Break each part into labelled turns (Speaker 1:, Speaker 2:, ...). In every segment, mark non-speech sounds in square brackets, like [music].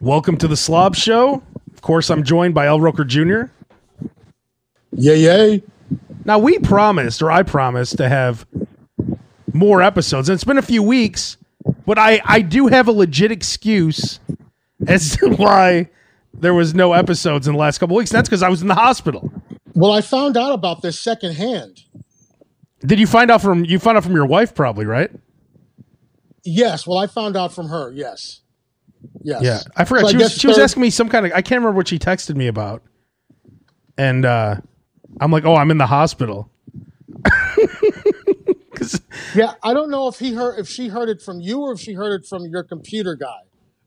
Speaker 1: Welcome to the Slob Show. Of course, I'm joined by L. Roker Jr.
Speaker 2: Yay, yay.
Speaker 1: Now, we promised, or I promised, to have more episodes. And it's been a few weeks, but I, I do have a legit excuse as to [laughs] why there was no episodes in the last couple weeks. And that's because I was in the hospital.
Speaker 2: Well, I found out about this secondhand.
Speaker 1: Did you find out from you found out from your wife probably, right?
Speaker 2: Yes. Well, I found out from her. Yes. Yes.
Speaker 1: I forgot.
Speaker 2: So
Speaker 1: she was
Speaker 2: guess
Speaker 1: she was
Speaker 2: third-
Speaker 1: asking me some kind of I can't remember what she texted me about. And uh I'm like, "Oh, I'm in the hospital." [laughs] 'Cause-
Speaker 2: Yeah, I don't know if he heard if she heard it from you or if she heard it from your computer guy.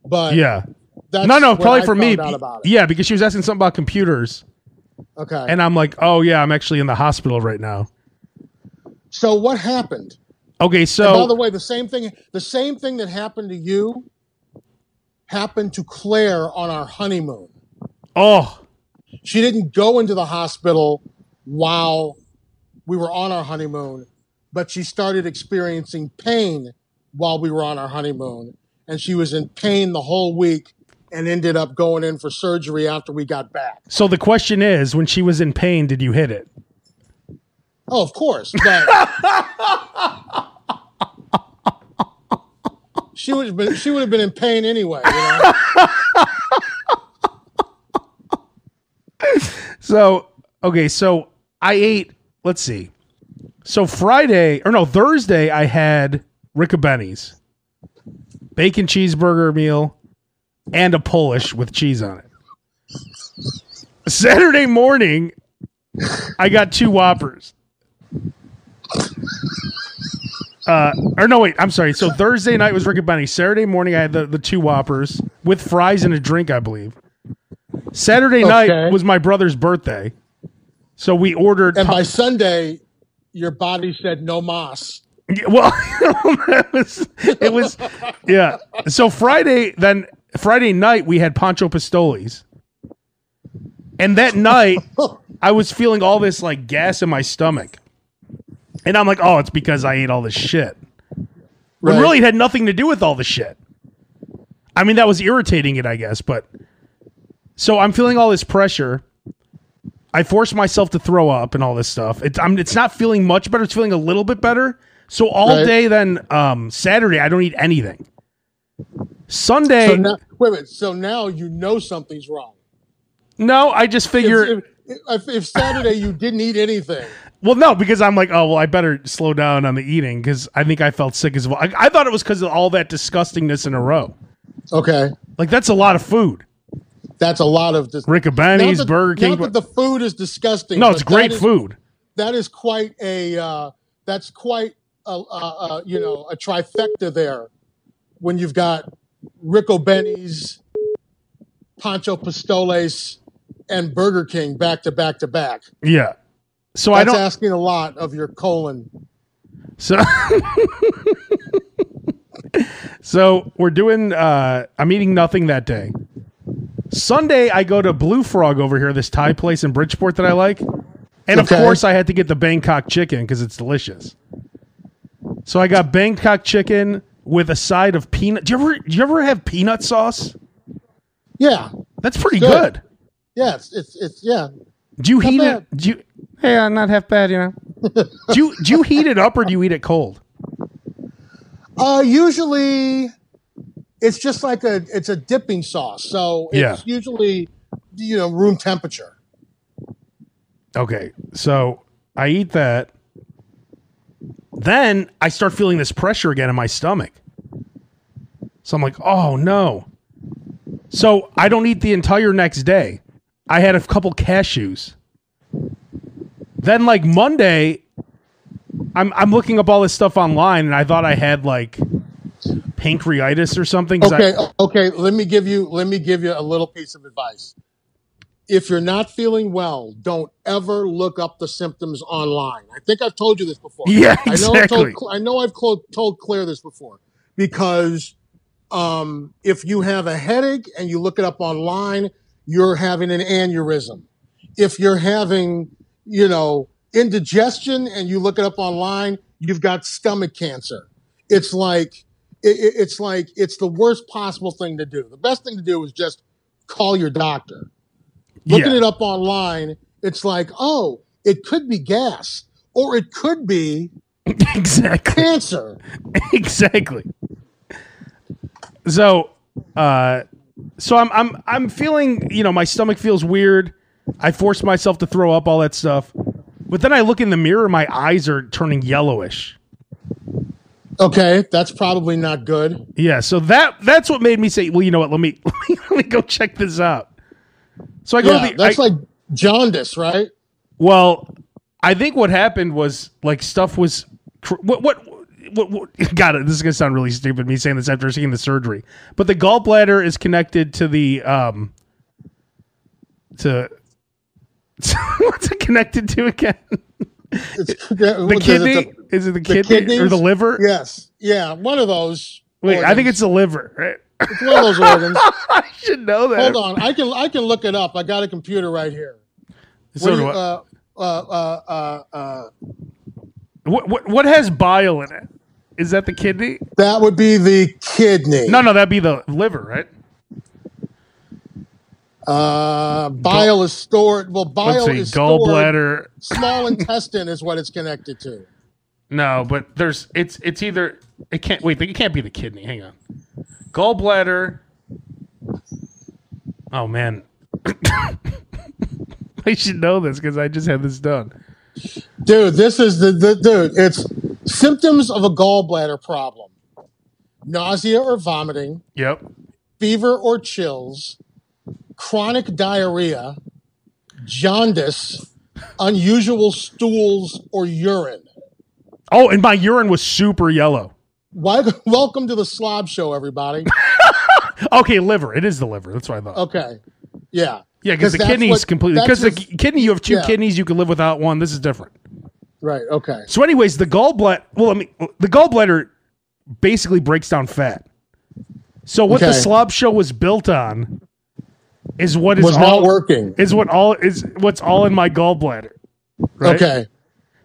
Speaker 2: But
Speaker 1: yeah.
Speaker 2: that's
Speaker 1: no, no,
Speaker 2: when
Speaker 1: probably
Speaker 2: I
Speaker 1: for me.
Speaker 2: found out about it.
Speaker 1: Yeah, because she was asking something about computers,
Speaker 2: Okay.
Speaker 1: and I'm like, "Oh yeah, I'm actually in the hospital right now."
Speaker 2: so what happened?
Speaker 1: Okay,
Speaker 2: By the
Speaker 1: so
Speaker 2: way, the same thing the same thing that happened to you happened to Claire on our honeymoon.
Speaker 1: oh,
Speaker 2: She didn't go into the hospital while we were on our honeymoon, but she started experiencing pain while we were on our honeymoon. And she was in pain the whole week and ended up going in for surgery after we got back.
Speaker 1: so the question is, when she was in pain, did you hit it?
Speaker 2: Oh, of course. But [laughs] she would have been she would have been in pain anyway, you know?
Speaker 1: So okay, so I ate. Let's see. So Friday or no Thursday, I had Rick Benny's bacon cheeseburger meal and a Polish with cheese on it. Saturday morning, I got two Whoppers. Uh, or no, wait, I'm sorry. So Thursday night was Rick Benny's. Saturday morning, I had the, the two Whoppers with fries and a drink, I believe. Saturday
Speaker 2: Okay.
Speaker 1: night was my brother's birthday. So we ordered.
Speaker 2: And by Sunday, your body said no mas.
Speaker 1: Yeah, Well, [laughs] it was, it was, yeah. So Friday, then Friday night, we had Pancho Pistolis, and that night I was feeling all this like gas in my stomach, and I'm like, oh, it's because I ate all this shit. But
Speaker 2: Right.
Speaker 1: really, it had nothing to do with all the shit. I mean, that was irritating it, I guess. But so I'm feeling all this pressure. I force myself to throw up and all this stuff. It's I'm, it's not feeling much better. It's feeling a little bit better. So all
Speaker 2: Right.
Speaker 1: day then um, Saturday I don't eat anything. Sunday
Speaker 2: So
Speaker 1: no,
Speaker 2: now, wait a minute. So now you know something's wrong.
Speaker 1: I just figure
Speaker 2: If, if, if, if Saturday you didn't eat anything,
Speaker 1: Well, no, because I'm like, oh well, I better slow down on the eating because I think I felt sick as well. I, I thought it was because of all that disgustingness in a row.
Speaker 2: okay,
Speaker 1: Like that's a lot of food.
Speaker 2: that's a lot of this.
Speaker 1: Riccaboni's, Burger King.
Speaker 2: Not that the food is disgusting.
Speaker 1: no,
Speaker 2: but
Speaker 1: it's great
Speaker 2: that is-
Speaker 1: food.
Speaker 2: That is quite a. Uh, that's quite a, uh, uh, you know a trifecta there, when you've got Rico Benny's, Pancho Pistoles, and Burger King back to back to back.
Speaker 1: Yeah. So I
Speaker 2: That's
Speaker 1: don't.
Speaker 2: asking a lot of your colon.
Speaker 1: So, [laughs] so we're doing. Uh, I'm eating nothing that day. Sunday, I go to Blue Frog over here, this Thai place in Bridgeport that I like, and of
Speaker 2: Okay.
Speaker 1: course, I had to get the Bangkok chicken because it's delicious. So I got Bangkok chicken with a side of peanut. Do you ever? Do you ever have peanut sauce?
Speaker 2: Yeah,
Speaker 1: That's pretty
Speaker 2: Good.
Speaker 1: good.
Speaker 2: yeah, it's it's, it's yeah.
Speaker 1: Do you heat
Speaker 2: bad.
Speaker 1: it? Do you? Hey, I'm not half bad, you know. do you, do you heat it up or do you eat it cold?
Speaker 2: Uh, usually, it's just like a it's a dipping sauce, so it's usually you know room temperature.
Speaker 1: Okay, so I eat that. Then I start feeling this pressure again in my stomach. So I'm like, oh no. So I don't eat the entire next day. I had a couple cashews. Then like Monday, I'm I'm looking up all this stuff online and I thought I had like pancreatitis or something. 'cause I-
Speaker 2: Okay, okay. Let me give you let me give you a little piece of advice. If you're not feeling well, don't ever look up the symptoms online. I think I've told you this before.
Speaker 1: yeah, [laughs]
Speaker 2: I know I've
Speaker 1: exactly.
Speaker 2: told, I know I've clo- told Claire this before because um, if you have a headache and you look it up online, you're having an aneurysm. If you're having, you know, indigestion and you look it up online, you've got stomach cancer. It's like it, it- it's like it's the worst possible thing to do. The best thing to do is just call your doctor. Looking
Speaker 1: yeah.
Speaker 2: it up online, it's like, oh, it could be gas or it could be
Speaker 1: exactly. [laughs]
Speaker 2: cancer.
Speaker 1: exactly. So, uh, so I'm I'm I'm feeling you know my stomach feels weird. I force myself to throw up all that stuff, but then I look in the mirror, my eyes are turning yellowish.
Speaker 2: Okay, that's probably not good.
Speaker 1: Yeah, so that that's what made me say, well, you know what? Let me [laughs] let me, let me go check this out. So I go
Speaker 2: Yeah,
Speaker 1: to the I-
Speaker 2: that's like jaundice, right?
Speaker 1: Well, I think what happened was like stuff was cr- what what. What, what, [laughs] got it. This is gonna sound really stupid. Me saying this after seeing the surgery, but the gallbladder is connected to the um to [laughs] what's it connected to again?
Speaker 2: It's, the
Speaker 1: The kidney? is it the, kidney or the
Speaker 2: kidneys?
Speaker 1: liver?
Speaker 2: Yes, yeah, one of those.
Speaker 1: Wait, I
Speaker 2: organs.
Speaker 1: think it's the liver. Right? [laughs]
Speaker 2: It's one of those organs.
Speaker 1: I should know that.
Speaker 2: Hold on, I can I can look it up. I got a computer right here.
Speaker 1: So
Speaker 2: What do
Speaker 1: do
Speaker 2: you-
Speaker 1: I-
Speaker 2: uh, uh, uh, uh, uh,
Speaker 1: what, what what has bile in it? Is that the kidney?
Speaker 2: that would be the kidney.
Speaker 1: No, no, that'd be the liver, right?
Speaker 2: Uh, bile is stored. Well,
Speaker 1: Let's
Speaker 2: bile
Speaker 1: see,
Speaker 2: is stored-
Speaker 1: gallbladder.
Speaker 2: Small intestine is what it's connected to.
Speaker 1: No, but there's it's it's either it can't wait. It can't be the kidney. Hang on, gallbladder. Oh man, [laughs] I should know this because I just had this done.
Speaker 2: Dude, this is the, the dude. It's symptoms of a gallbladder problem: nausea or vomiting,
Speaker 1: Yep.
Speaker 2: fever or chills, chronic diarrhea, jaundice, unusual stools or urine.
Speaker 1: Oh, and my urine was super yellow.
Speaker 2: Why, [laughs] welcome to the slob show, everybody.
Speaker 1: Okay, liver. It is the liver. That's what I thought.
Speaker 2: Okay, yeah,
Speaker 1: yeah, because the
Speaker 2: Oh, 'cause that's
Speaker 1: kidney's
Speaker 2: what-
Speaker 1: completely
Speaker 2: that's
Speaker 1: because the
Speaker 2: just-
Speaker 1: ki- kidney you have two
Speaker 2: yeah.
Speaker 1: kidneys you can live without one. This is different.
Speaker 2: right. Okay,
Speaker 1: So, anyways, the gallbladder. Well, I mean, the gallbladder basically breaks down fat. So, what the
Speaker 2: Okay.
Speaker 1: slob show was built on is what is
Speaker 2: was
Speaker 1: all
Speaker 2: not working.
Speaker 1: is what all is what's all in my gallbladder. Right?
Speaker 2: Okay,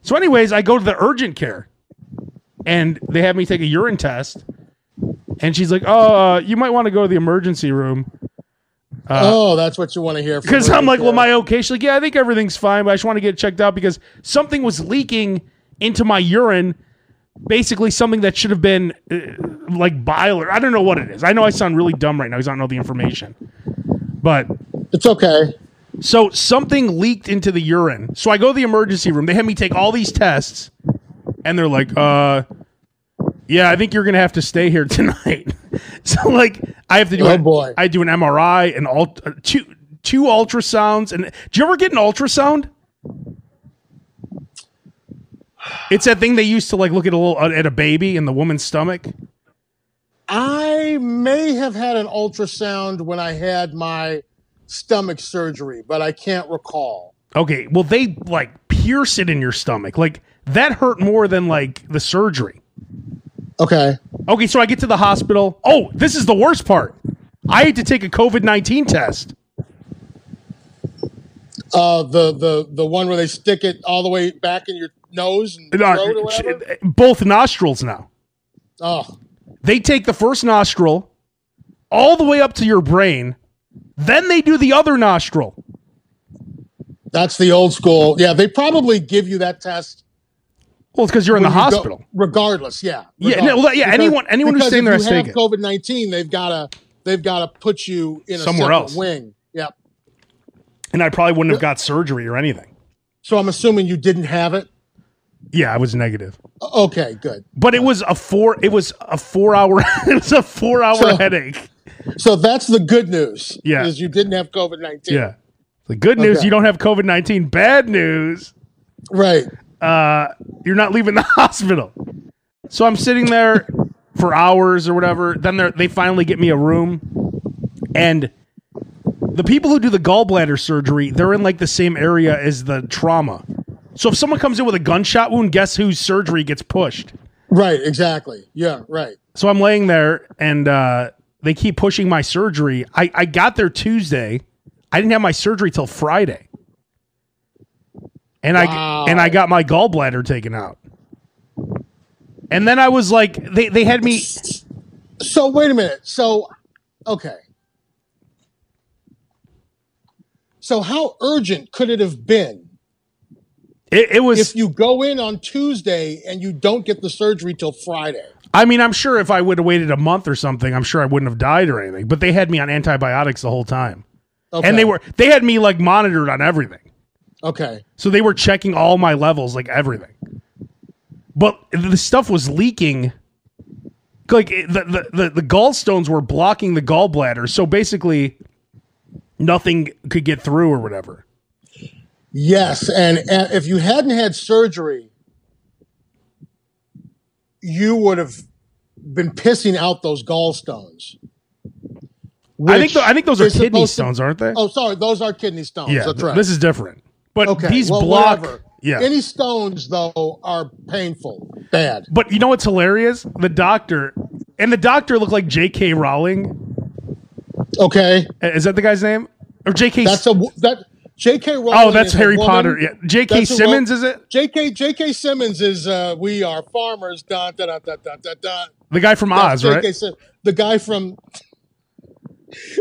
Speaker 1: So, anyways, I go to the urgent care, and they have me take a urine test, and she's like, "Oh, uh, you might want to go to the emergency room."
Speaker 2: oh, that's what you want to hear. from
Speaker 1: Uh, Because
Speaker 2: her.
Speaker 1: I'm like, well, am I okay? She's like, yeah, I think everything's fine, but I just want to get it checked out because something was leaking into my urine. Basically, something that should have been uh, like bile or I don't know what it is. I know I sound really dumb right now because I don't know the information. But
Speaker 2: it's okay.
Speaker 1: so something leaked into the urine. So I go to the emergency room. They had me take all these tests, and they're like, uh, yeah, I think you're gonna have to stay here [laughs] tonight. so like, I have to do
Speaker 2: Oh,
Speaker 1: an-
Speaker 2: boy.
Speaker 1: I do an MRI and all two two ultrasounds. And do you ever get an ultrasound? It's that thing they used to like look at a little at a baby in the woman's stomach.
Speaker 2: I may have had an ultrasound when I had my stomach surgery, but I can't recall.
Speaker 1: Okay, well they like pierce it in your stomach. Like that hurt more than like the surgery.
Speaker 2: Okay.
Speaker 1: Okay, so I get to the hospital. Oh, this is the worst part. I had to take a COVID nineteen test.
Speaker 2: Uh, the the the one where they stick it all the way back in your nose and
Speaker 1: Uh,
Speaker 2: throat or whatever.
Speaker 1: both nostrils now.
Speaker 2: Oh,
Speaker 1: They take the first nostril all the way up to your brain, then they do the other nostril.
Speaker 2: that's the old school. Yeah, they probably give you that test
Speaker 1: Well, it's because you're in the
Speaker 2: when you go-
Speaker 1: hospital.
Speaker 2: regardless, yeah.
Speaker 1: Yeah, no,
Speaker 2: regardless.
Speaker 1: well, yeah, anyone- anyone who's
Speaker 2: because
Speaker 1: sitting there
Speaker 2: if
Speaker 1: has
Speaker 2: you
Speaker 1: to
Speaker 2: have
Speaker 1: take it.
Speaker 2: COVID nineteen, they've got to they've got to put you in a
Speaker 1: Somewhere
Speaker 2: separate
Speaker 1: else.
Speaker 2: wing. Yeah.
Speaker 1: And I probably wouldn't have got surgery or anything.
Speaker 2: So I'm assuming you didn't have it.
Speaker 1: Yeah, I was negative.
Speaker 2: O- Okay, good.
Speaker 1: But it was a four it was a four hour [laughs] it was a four hour
Speaker 2: So-
Speaker 1: headache.
Speaker 2: So that's the good news.
Speaker 1: Yeah.
Speaker 2: is you didn't have COVID nineteen.
Speaker 1: Yeah. The good news
Speaker 2: Okay.
Speaker 1: you don't have COVID nineteen. Bad news
Speaker 2: Right.
Speaker 1: uh, you're not leaving the [laughs] hospital. So I'm sitting there for hours or whatever. Then they they finally get me a room, and the people who do the gallbladder surgery, they're in like the same area as the trauma. So if someone comes in with a gunshot wound, guess whose surgery gets pushed?
Speaker 2: Right. Exactly. Yeah. Right.
Speaker 1: So I'm laying there, and uh, they keep pushing my surgery. I, I got there Tuesday. I didn't have my surgery till Friday, and
Speaker 2: Wow.
Speaker 1: I and I got my gallbladder taken out. And then I was like, they they had me
Speaker 2: So wait a minute. So okay. So how urgent could it have been
Speaker 1: It, it was.
Speaker 2: if you go in on Tuesday and you don't get the surgery till Friday?
Speaker 1: I mean, I'm sure if I would have waited a month or something, I'm sure I wouldn't have died or anything. But they had me on antibiotics the whole time,
Speaker 2: Okay.
Speaker 1: and they were they had me like monitored on everything.
Speaker 2: okay.
Speaker 1: So they were checking all my levels, like everything. But the stuff was leaking. Like it- the, the, the, the gallstones were blocking the gallbladder. So basically, nothing could get through or whatever.
Speaker 2: Yes, and, and if you hadn't had surgery, you would have been pissing out those gallstones.
Speaker 1: I think,
Speaker 2: which
Speaker 1: th- I think those are
Speaker 2: is
Speaker 1: kidney
Speaker 2: supposed to-
Speaker 1: stones, aren't they?
Speaker 2: Oh, sorry, those are kidney stones.
Speaker 1: yeah.
Speaker 2: that's
Speaker 1: th-
Speaker 2: right.
Speaker 1: This is different. But
Speaker 2: okay.
Speaker 1: these
Speaker 2: well,
Speaker 1: block.
Speaker 2: whatever.
Speaker 1: Yeah.
Speaker 2: Any stones though are painful, bad.
Speaker 1: But you know what's hilarious? The doctor and the doctor looked like J.K. Rowling.
Speaker 2: Okay,
Speaker 1: Uh, Is that the guy's name? Or J.K.
Speaker 2: that's a wo- that. J.K. Rowling.
Speaker 1: oh, that's
Speaker 2: is a
Speaker 1: Harry
Speaker 2: woman.
Speaker 1: Potter. Yeah. J.K.
Speaker 2: That's a wo-
Speaker 1: Simmons, is it?
Speaker 2: J.K. J.K. Simmons is uh, we are farmers. Dun, dun, dun, dun, dun, dun, dun.
Speaker 1: The guy from Oz,
Speaker 2: That's
Speaker 1: right?
Speaker 2: J.K. Sim- the guy from.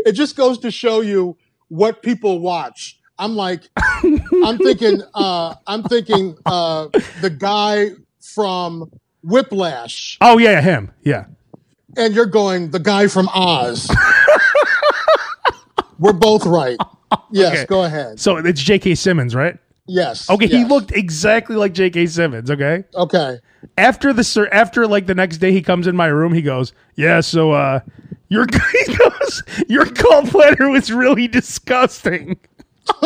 Speaker 2: It just goes to show you what people watch.
Speaker 1: [laughs]
Speaker 2: I'm like, I'm thinking, uh, I'm thinking uh, the guy from Whiplash,
Speaker 1: Oh yeah, him. Yeah.
Speaker 2: and you're going the guy from
Speaker 1: [laughs]
Speaker 2: Oz. We're both right. Yes,
Speaker 1: Okay.
Speaker 2: go ahead.
Speaker 1: So it's J.K. Simmons, right?
Speaker 2: Yes.
Speaker 1: Okay, he
Speaker 2: yes.
Speaker 1: looked exactly like J.K. Simmons. Okay.
Speaker 2: okay.
Speaker 1: After the sir, after like the next day, he comes in my room. He goes, "Yeah, so uh, your [laughs] he goes, your gallbladder was really disgusting." [laughs]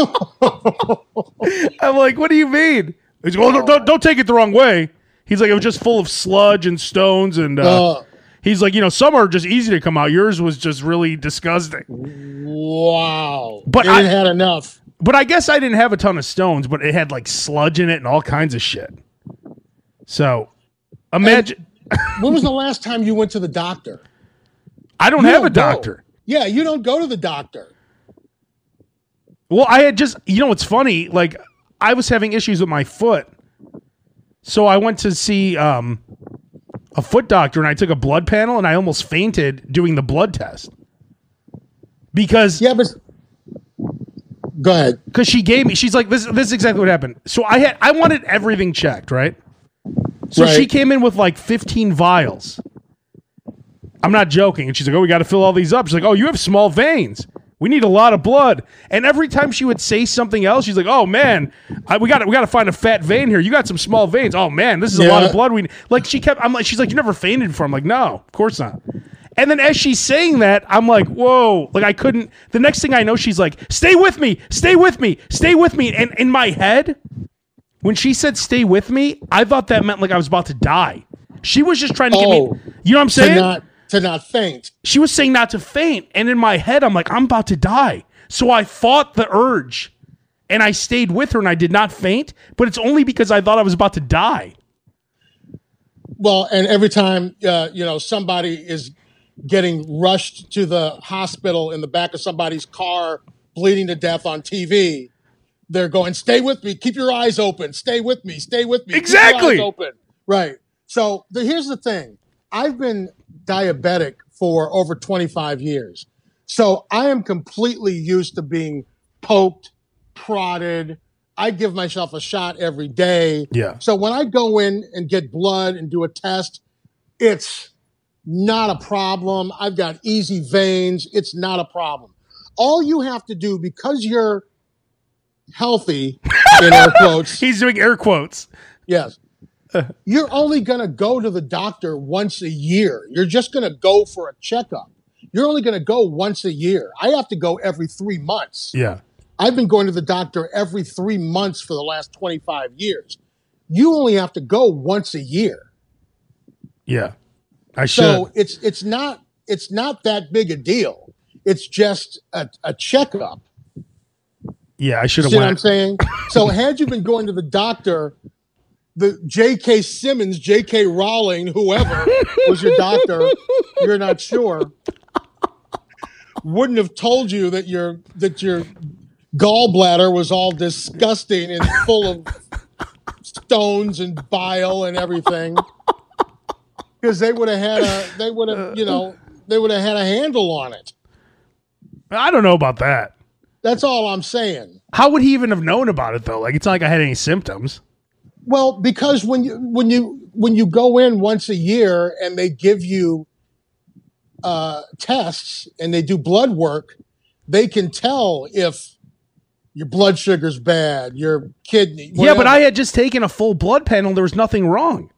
Speaker 1: I'm like, "What do you mean?" He's like, "Well, don't, don't, don't take it the wrong way." He's like, "It was just full of sludge and stones and." Uh,
Speaker 2: Uh,
Speaker 1: He's like, you know, some are just easy to come out. Yours was just really disgusting.
Speaker 2: wow.
Speaker 1: But
Speaker 2: you
Speaker 1: I-
Speaker 2: had enough.
Speaker 1: But I guess I didn't have a ton of stones, but it had like sludge in it and all kinds of shit. So imagine
Speaker 2: When was the last time you went to the doctor?
Speaker 1: I don't
Speaker 2: You
Speaker 1: have
Speaker 2: don't
Speaker 1: a doctor.
Speaker 2: go. Yeah, you don't go to the doctor.
Speaker 1: Well, I had just you know what's funny? Like I was having issues with my foot. So I went to see um a foot doctor and I took a blood panel and I almost fainted doing the blood test. Because
Speaker 2: Yeah, but go ahead.
Speaker 1: because she gave me she's like this this is exactly what happened so i had i wanted everything checked right so
Speaker 2: Right.
Speaker 1: she came in with like 15 vials i'm not joking and she's like oh we got to fill all these up she's like oh you have small veins we need a lot of blood and every time she would say something else she's like oh man I, we got we got to find a fat vein here you got some small veins oh man this is a lot of
Speaker 2: Yeah.
Speaker 1: blood we need. like she kept i'm like she's like you never fainted before i'm like no of course not and then as she's saying that, I'm like, whoa. Like I couldn't the next thing I know, she's like, stay with me, stay with me, stay with me. And in my head, when she said stay with me, I thought that meant like I was about to die. She was just trying to
Speaker 2: Oh.
Speaker 1: get me you know what I'm
Speaker 2: To
Speaker 1: saying?
Speaker 2: not to not faint.
Speaker 1: she was saying not to faint. And in my head, I'm like, I'm about to die. So I fought the urge and I stayed with her and I did not faint, but it's only because I thought I was about to die.
Speaker 2: Well, and every time uh, you know somebody is getting rushed to the hospital in the back of somebody's car, bleeding to death on TV, they're going, "Stay with me. Keep your eyes open. Stay with me. Stay with me. Keep your eyes
Speaker 1: Exactly.
Speaker 2: open." Right. So the, here's the thing: I've been diabetic for over 25 years, so I am completely used to being poked, prodded. I give myself a shot every day.
Speaker 1: Yeah.
Speaker 2: So when I go in and get blood and do a test, it's not a problem. I've got easy veins. It's not a problem. All you have to do because you're healthy, in air
Speaker 1: [laughs]
Speaker 2: quotes,
Speaker 1: He's doing air quotes.
Speaker 2: yes, you're only going to go to the doctor once a year. You're just going to go for a checkup. You're only going to go once a year. I have to go every three months.
Speaker 1: Yeah.
Speaker 2: I've been going to the doctor every three months for the last 25 years. You only have to go once a year.
Speaker 1: Yeah. I should.
Speaker 2: So it's it's not it's not that big a deal. It's just a, a checkup.
Speaker 1: yeah, I should have
Speaker 2: See what I'm
Speaker 1: went.
Speaker 2: saying? So had you been going to the doctor, the J.K. Simmons, J.K. Rowling, whoever was your doctor, you're not sure, wouldn't have told you that your that your gallbladder was all disgusting and full of stones and bile and everything. Because they would have had a, they would have, you know, they would have had a handle on it.
Speaker 1: I don't know about that.
Speaker 2: That's all I'm saying.
Speaker 1: How would he even have known about it though? Like it's not like I had any symptoms.
Speaker 2: Well, because when you when you when you go in once a year and they give you uh, tests and they do blood work, they can tell if your blood sugar's bad, your kidney.
Speaker 1: Yeah, but I had just taken a full blood panel. There was nothing wrong.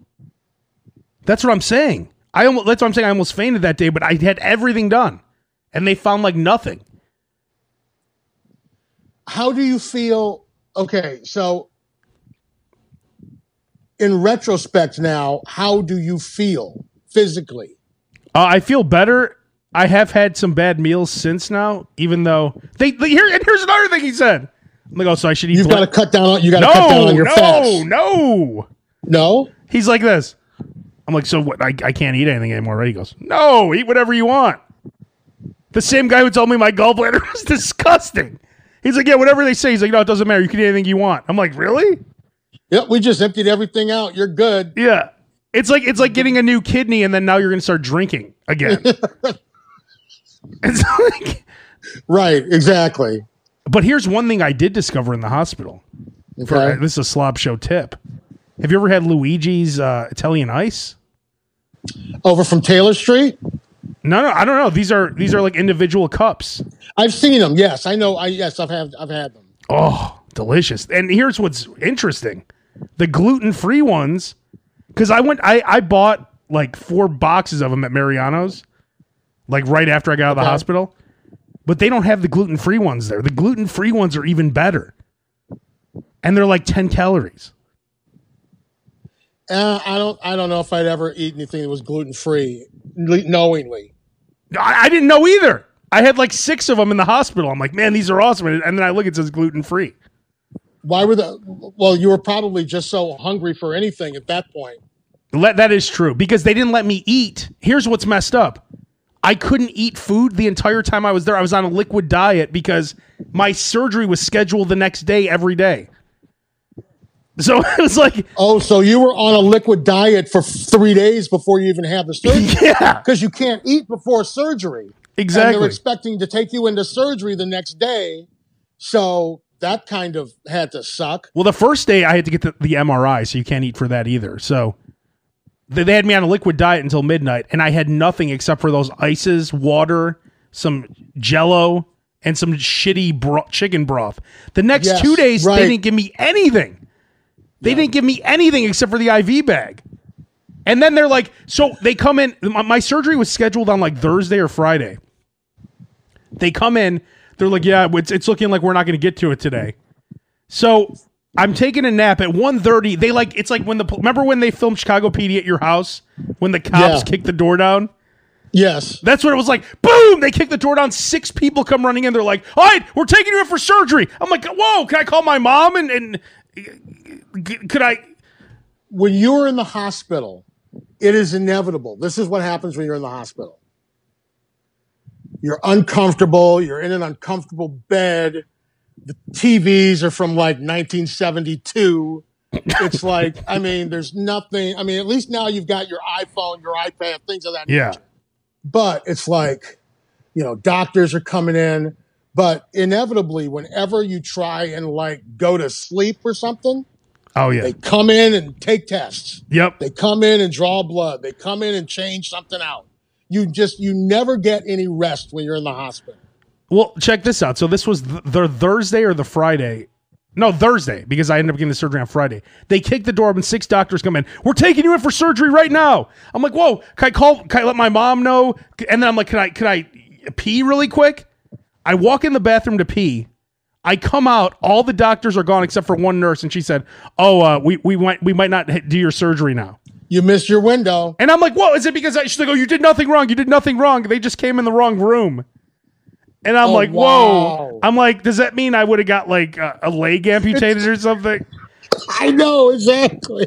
Speaker 1: That's what I'm saying. I almost, that's what I'm saying. I almost fainted that day, but I had everything done, and they found like nothing.
Speaker 2: How do you feel? Okay, so in retrospect now, how do you feel physically?
Speaker 1: Uh, I feel better. I have had some bad meals since now, even though they, they here. And here's another thing he said. I'm like, oh, so I should eat.
Speaker 2: You've got
Speaker 1: blood-
Speaker 2: to cut down on you got to cut down
Speaker 1: no,
Speaker 2: on your
Speaker 1: no,
Speaker 2: fats.
Speaker 1: no.
Speaker 2: No,
Speaker 1: He's like this. I'm like, so what? I, I can't eat anything anymore, right? He goes, no, eat whatever you want. The same guy who told me my [laughs] gallbladder was disgusting. He's like, yeah, whatever they say. He's like, no, it doesn't matter. You can eat anything you want. I'm like, really?
Speaker 2: Yep, we just emptied everything out. You're good.
Speaker 1: Yeah. It's like it's like getting a new kidney and then now you're gonna start drinking
Speaker 2: [laughs]
Speaker 1: again. it's like
Speaker 2: Right, exactly.
Speaker 1: But here's one thing I did discover in the hospital. For,
Speaker 2: Okay.
Speaker 1: This is a slob show tip. Have you ever had Luigi's uh, Italian ice?
Speaker 2: Over from Taylor Street.
Speaker 1: No, no, I don't know. These are these are like individual cups.
Speaker 2: I've seen them. Yes, I know. I yes, I've had I've had them.
Speaker 1: Oh, delicious. And here's what's interesting. The gluten-free ones cuz I went I I bought like four boxes of them at Mariano's like right after I got out of the
Speaker 2: Okay.
Speaker 1: hospital. But they don't have the gluten-free ones there. The gluten-free ones are even better. And they're like 10 calories.
Speaker 2: Uh, I don't I don't know if I'd ever eat anything that was gluten free knowingly.
Speaker 1: I, I didn't know either. I had like 6 of them in the hospital. I'm like, "Man, these are awesome." And then I look it says gluten-free.
Speaker 2: Why were the? Well, you were probably just so hungry for anything at that point.
Speaker 1: Let, that is true because they didn't let me eat. Here's what's messed up. I couldn't eat food the entire time I was there. I was on a liquid diet because my surgery was scheduled the next day every day. So [laughs] it was like,
Speaker 2: Oh, so you were on a liquid diet for three days before you even had the surgery
Speaker 1: [laughs] yeah,
Speaker 2: because you can't eat before surgery. And they're
Speaker 1: exactly.
Speaker 2: expecting to take you into surgery the next day, so that kind of had to suck.
Speaker 1: Well, the first day I had to get the, the MRI, so you can't eat for that either. So they, they had me on a liquid diet until midnight, and I had nothing except for those ices, water, some jello, and some shitty bro- chicken broth. The next
Speaker 2: Yes,
Speaker 1: two days,
Speaker 2: right.
Speaker 1: they didn't give me anything. They didn't give me anything except for the IV bag. And then they're like, so they come in. My, my surgery was scheduled on like Thursday or Friday. They come in. They're like, yeah, it's, it's looking like we're not going to get to it today. So I'm taking a nap at 1.30. They like, it's like when the, remember when they filmed Chicago PD at your house when the cops
Speaker 2: Yeah.
Speaker 1: kicked the door down?
Speaker 2: Yes.
Speaker 1: That's what it was like. Boom! They kick the door down. Six people come running in. They're like, all right, we're taking you in for surgery. I'm like, whoa, can I call my mom? And, and g- could I,
Speaker 2: when you're in the hospital, it is inevitable. This is what happens when you're in the hospital. You're uncomfortable, you're in an uncomfortable bed. The TVs are from like 1972. It's like, I mean, there's nothing. I mean, at least now you've got your iPhone, your iPad, things of that
Speaker 1: yeah.
Speaker 2: but it's like you know doctors are coming in but inevitably whenever you try and like go to sleep or something
Speaker 1: Oh, yeah.
Speaker 2: they come in and take tests
Speaker 1: yep.
Speaker 2: they come in and draw blood they come in and change something out you just you never get any rest when you're in the hospital
Speaker 1: Well, check this out. So this was th- the Thursday or the Friday. No, Thursday, because I ended up getting the surgery on Friday. They kick the door open. Six doctors come in. We're taking you in for surgery right now. I'm like, whoa, can I call? Can I let my mom know? And then I'm like, can I, can I pee really quick? I walk in the bathroom to pee. I come out. All the doctors are gone except for one nurse. And she said, oh, uh, we, we, might, we might not h- do your surgery now.
Speaker 2: you missed your window [laughs]
Speaker 1: And I'm like, whoa, is it because I, she's like, oh, you did nothing wrong. You did nothing wrong. They just came in the wrong room. And I'm
Speaker 2: Oh,
Speaker 1: like,
Speaker 2: wow.
Speaker 1: whoa. I'm like, does that mean I would have got like a, a leg amputated or
Speaker 2: [laughs]
Speaker 1: something?
Speaker 2: i know exactly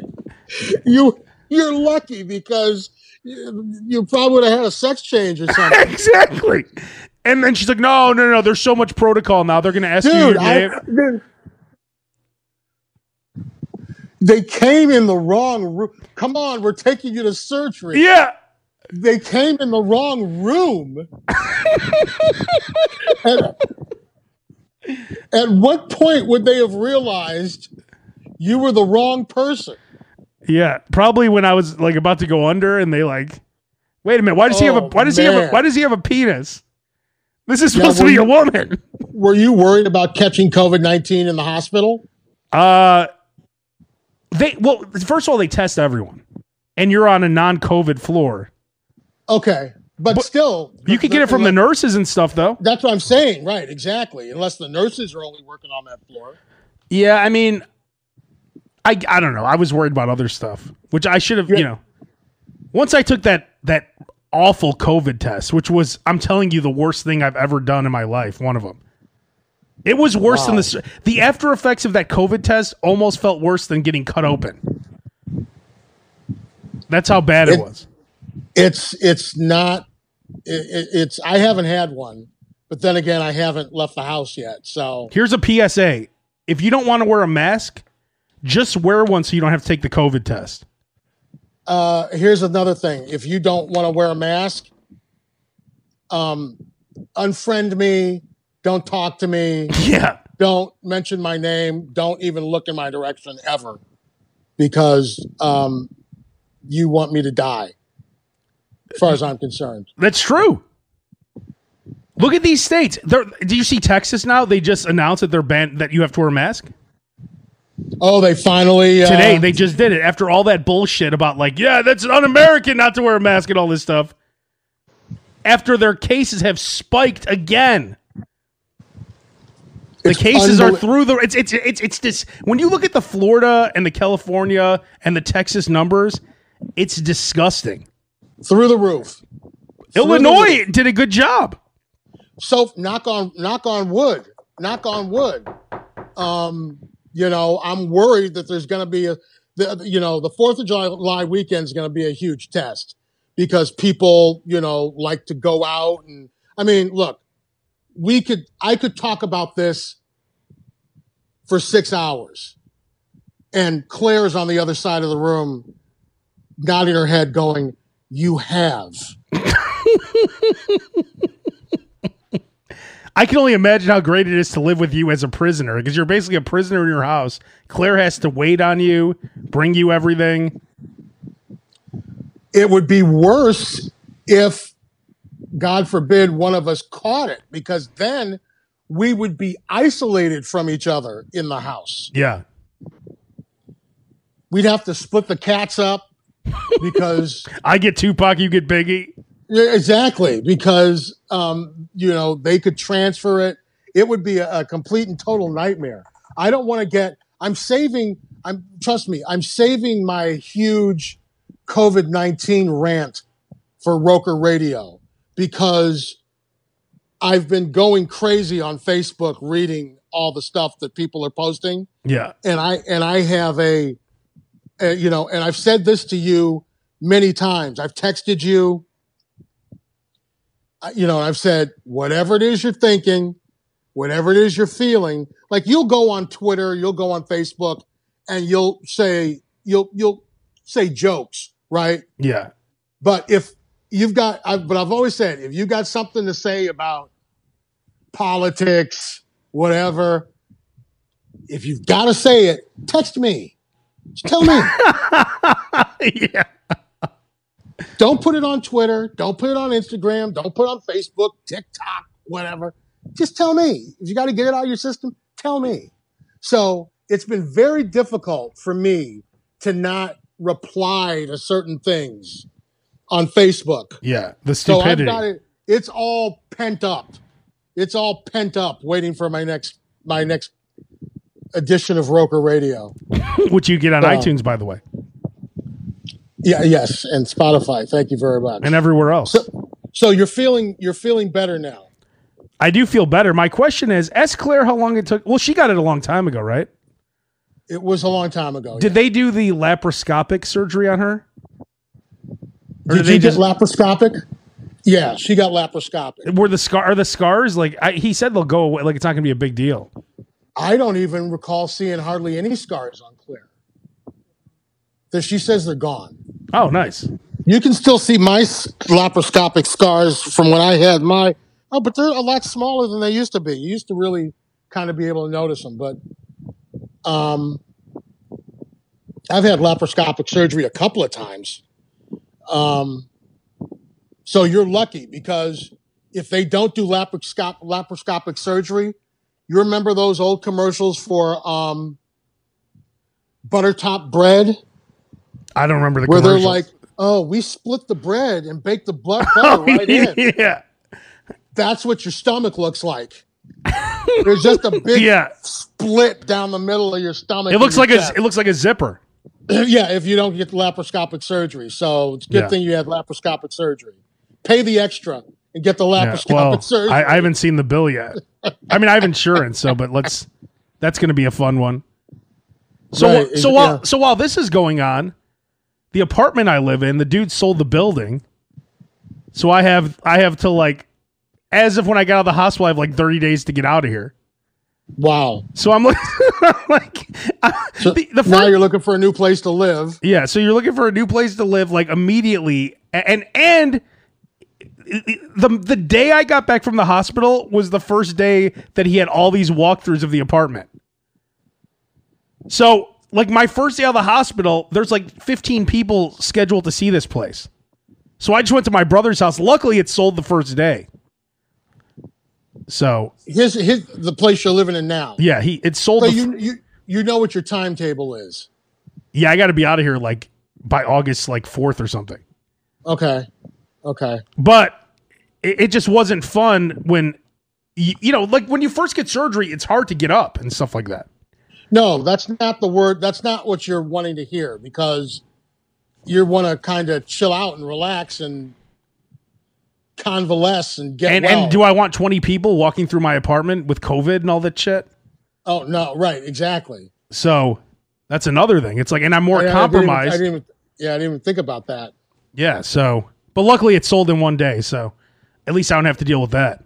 Speaker 2: you you're lucky because you, you probably would have had a sex change or something
Speaker 1: [laughs] exactly. And then she's like, no, no, no. There's so much protocol now. They're going to ask you
Speaker 2: dude,
Speaker 1: your
Speaker 2: I,
Speaker 1: name.
Speaker 2: dude. They came in the wrong room. Come on, we're taking you to surgery.
Speaker 1: yeah.
Speaker 2: they came in the wrong room. And at what point would they have realized you were the wrong person?
Speaker 1: Yeah, probably when I was like about to go under, and they like, wait a minute, why does he have a
Speaker 2: Oh,
Speaker 1: why does he have a
Speaker 2: man.
Speaker 1: why does he have a penis? This is
Speaker 2: Yeah,
Speaker 1: supposed to
Speaker 2: well,
Speaker 1: be a
Speaker 2: you-
Speaker 1: woman.
Speaker 2: Were you worried about catching COVID 19 in the hospital?
Speaker 1: Uh, they well, first of all, they test everyone, and you're on a non-COVID floor.
Speaker 2: Okay. But,
Speaker 1: But
Speaker 2: still,
Speaker 1: You could get it from the nurses and stuff, though.
Speaker 2: That's what I'm saying. Right. Exactly. Unless the nurses are only working on that floor.
Speaker 1: Yeah, I mean, I I don't know. I was worried about other stuff, which I should have. You
Speaker 2: Yeah.
Speaker 1: know, once I took that that awful COVID test, which was I'm telling you the worst thing I've ever done in my life. One of them. It was worse than
Speaker 2: Wow.
Speaker 1: the the after effects of that COVID test almost felt worse than getting cut open. That's how bad it
Speaker 2: It-
Speaker 1: was.
Speaker 2: It's, it's not, it, it- it's, I haven't had one, but then again, I haven't left the house yet. So,
Speaker 1: Here's a PSA. If you don't want to wear a mask, just wear one so you don't have to take the COVID test.
Speaker 2: uh, here's another thing. If you don't want to wear a mask, um, unfriend me. Don't talk to me.
Speaker 1: Yeah.
Speaker 2: don't mention my name. Don't even look in my direction ever because um, you want me to die, as far as I'm concerned.
Speaker 1: That's true. Look at these states. They're, do you see Texas now? They just announced that they're banned that you have to wear a mask.
Speaker 2: Oh, they finally. Uh,
Speaker 1: Today they just did it after all that bullshit about like, yeah, that's un-American not to wear a mask and all this stuff. After their cases have spiked again. The
Speaker 2: It's
Speaker 1: cases are
Speaker 2: unbelievable.
Speaker 1: through the it's it's it's it's this when you look at the Florida and the California and the Texas numbers, it's disgusting.
Speaker 2: through the roof.
Speaker 1: Illinois did a good job.
Speaker 2: So knock on knock on wood. Knock on wood. Um, you know, I'm worried that there's going to be a, the, you know, the Fourth of July weekend is going to be a huge test because people, you know, like to go out and I mean, look, we could I could talk about this for six hours, and Claire's on the other side of the room, nodding her head, going, "You have."
Speaker 1: I can only imagine how great it is to live with you as a prisoner because you're basically a prisoner in your house. Claire has to wait on you, bring you everything.
Speaker 2: it would be worse if god forbid one of us caught it because then we would be isolated from each other in the house
Speaker 1: Yeah.
Speaker 2: we'd have to split the cats up because
Speaker 1: I get Tupac, you get Biggie.
Speaker 2: yeah, exactly because um, you know they could transfer it it would be a, a complete and total nightmare i don't want to get i'm saving i'm trust me i'm saving my huge covid-19 rant for roker radio because i've been going crazy on facebook reading all the stuff that people are posting
Speaker 1: Yeah.
Speaker 2: and I and I have a, a you know, and I've said this to you many times. I've texted you, I- you know, and I've said whatever it is you're thinking, whatever it is you're feeling. Like you'll go on Twitter, you'll go on Facebook, and you'll say you'll you'll say jokes, right?
Speaker 1: Yeah.
Speaker 2: But if you've got, I, but I've always said, if you got something to say about politics, whatever, if you've got to say it, text me. Just tell me.
Speaker 1: [laughs] yeah.
Speaker 2: don't put it on Twitter. Don't put it on Instagram. Don't put it on Facebook, TikTok, whatever. Just tell me. If you got to get it out of your system, tell me. So it's been very difficult for me to not reply to certain things on Facebook.
Speaker 1: Yeah. The
Speaker 2: So I've
Speaker 1: stupidity.
Speaker 2: got it. It's all pent up. It's all pent up, waiting for my next my next edition of Roker Radio.
Speaker 1: which you get on
Speaker 2: Uh,
Speaker 1: iTunes, by the way,
Speaker 2: Yeah, yes, and Spotify. Thank you very much.
Speaker 1: and everywhere else.
Speaker 2: So you're feeling you're feeling better now.
Speaker 1: I do feel better. My question is ask Claire how long it took. Well, she got it a long time ago, right?
Speaker 2: It was a long time ago.
Speaker 1: Did they do the laparoscopic surgery on her?
Speaker 2: yeah.
Speaker 1: or
Speaker 2: Did
Speaker 1: did they
Speaker 2: you
Speaker 1: just-
Speaker 2: get laparoscopic? Yeah, she got laparoscopic.
Speaker 1: Were the scar are the scars like I, he said they'll go away? Like it's not going to be a big deal.
Speaker 2: I don't even recall seeing hardly any scars on Claire. That she says they're gone.
Speaker 1: Oh, nice.
Speaker 2: You can still see my s- laparoscopic scars from when I had my. Oh, but they're a lot smaller than they used to be. You used to really kind of be able to notice them, but um, I've had laparoscopic surgery a couple of times. Um, so you're lucky because if they don't do laparoscop- laparoscopic surgery, you remember those old commercials for um, butter top bread
Speaker 1: I don't remember the
Speaker 2: where they're
Speaker 1: commercials. Oh,
Speaker 2: like, "Oh, we split the bread and bake
Speaker 1: [laughs]
Speaker 2: the bu- butter right in."
Speaker 1: yeah,
Speaker 2: That's what your stomach looks like. There's
Speaker 1: [laughs]
Speaker 2: just a big
Speaker 1: yeah.
Speaker 2: split down the middle of your stomach.
Speaker 1: It
Speaker 2: and
Speaker 1: looks
Speaker 2: your
Speaker 1: like a
Speaker 2: chest. [clears throat]
Speaker 1: it looks like a zipper.
Speaker 2: yeah, if you don't get laparoscopic surgery. So it's a good
Speaker 1: Yeah.
Speaker 2: thing you had laparoscopic surgery. Pay the extra and get the
Speaker 1: Yeah,
Speaker 2: laparoscopic
Speaker 1: well,
Speaker 2: surgery.
Speaker 1: I, I haven't seen the bill yet. I mean, I have insurance, so but let's. That's going to be a fun one. So
Speaker 2: Right,
Speaker 1: wh- so
Speaker 2: it-
Speaker 1: while
Speaker 2: yeah.
Speaker 1: so while this is going on, the apartment I live in, the dude sold the building. So I have I have to like, as if when I got out of the hospital, I have like thirty days to get out of here.
Speaker 2: wow.
Speaker 1: So I'm [laughs] like, like I-
Speaker 2: So
Speaker 1: the, the
Speaker 2: now
Speaker 1: first-
Speaker 2: you're looking for a new place to live.
Speaker 1: yeah. So you're looking for a new place to live like immediately, A- and and the the day I got back from the hospital was the first day that he had all these walkthroughs of the apartment. So like my first day out of the hospital, there's like 15 people scheduled to see this place. So I just went to my brother's house. Luckily, it sold the first day. So
Speaker 2: Here's, here's the place you're living in now.
Speaker 1: yeah, he it sold.
Speaker 2: So
Speaker 1: the
Speaker 2: you, you, you know what your timetable is.
Speaker 1: yeah, I got to be out of here like by August like fourth or something.
Speaker 2: Okay. Okay.
Speaker 1: But it, it just wasn't fun when you, you know, like when you first get surgery, it's hard to get up and stuff like that.
Speaker 2: No, that's not the word. That's not what you're wanting to hear because you want to kind of chill out and relax and convalesce and get
Speaker 1: And
Speaker 2: well.
Speaker 1: and do I want twenty people walking through my apartment with COVID and all that shit?
Speaker 2: oh no, right, exactly.
Speaker 1: So that's another thing. It's like, and I'm more
Speaker 2: Yeah, I didn't even-
Speaker 1: compromised.
Speaker 2: I didn't even, yeah, I didn't even think about that.
Speaker 1: yeah. So, but luckily it sold in one day. So at least I don't have to deal with that.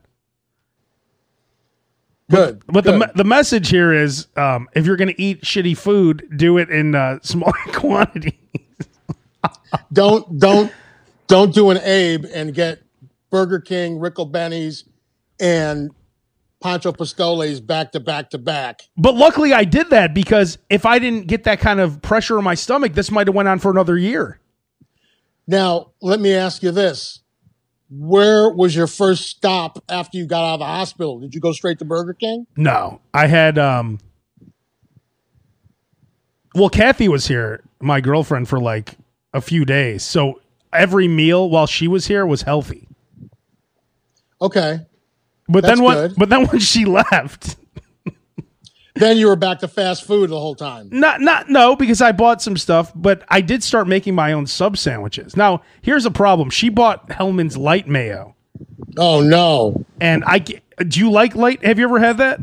Speaker 2: Good.
Speaker 1: But the,
Speaker 2: good.
Speaker 1: me- the message here is um, if you're going to eat shitty food, do it in uh, [laughs] small quantity.
Speaker 2: don't don't don't do an Abe and get Burger King, Rickle Benny's, and Pancho Pistole's back to back to back.
Speaker 1: But luckily I did that because if I didn't get that kind of pressure on my stomach, this might have went on for another year.
Speaker 2: Now, let me ask you this. Where was your first stop after you got out of the hospital? Did you go straight to Burger King?
Speaker 1: No, I had. um Well, Kathy was here, my girlfriend, for like a few days, so every meal while she was here was healthy.
Speaker 2: Okay.
Speaker 1: But
Speaker 2: That's
Speaker 1: then when,
Speaker 2: good.
Speaker 1: but then when she [laughs] left,
Speaker 2: Then you were back to fast food the whole time.
Speaker 1: not not no, because I bought some stuff, but I did start making my own sub sandwiches. Now here's a problem: she bought Hellman's light mayo,
Speaker 2: Oh no.
Speaker 1: and I ca- do you like light? Have you ever had that?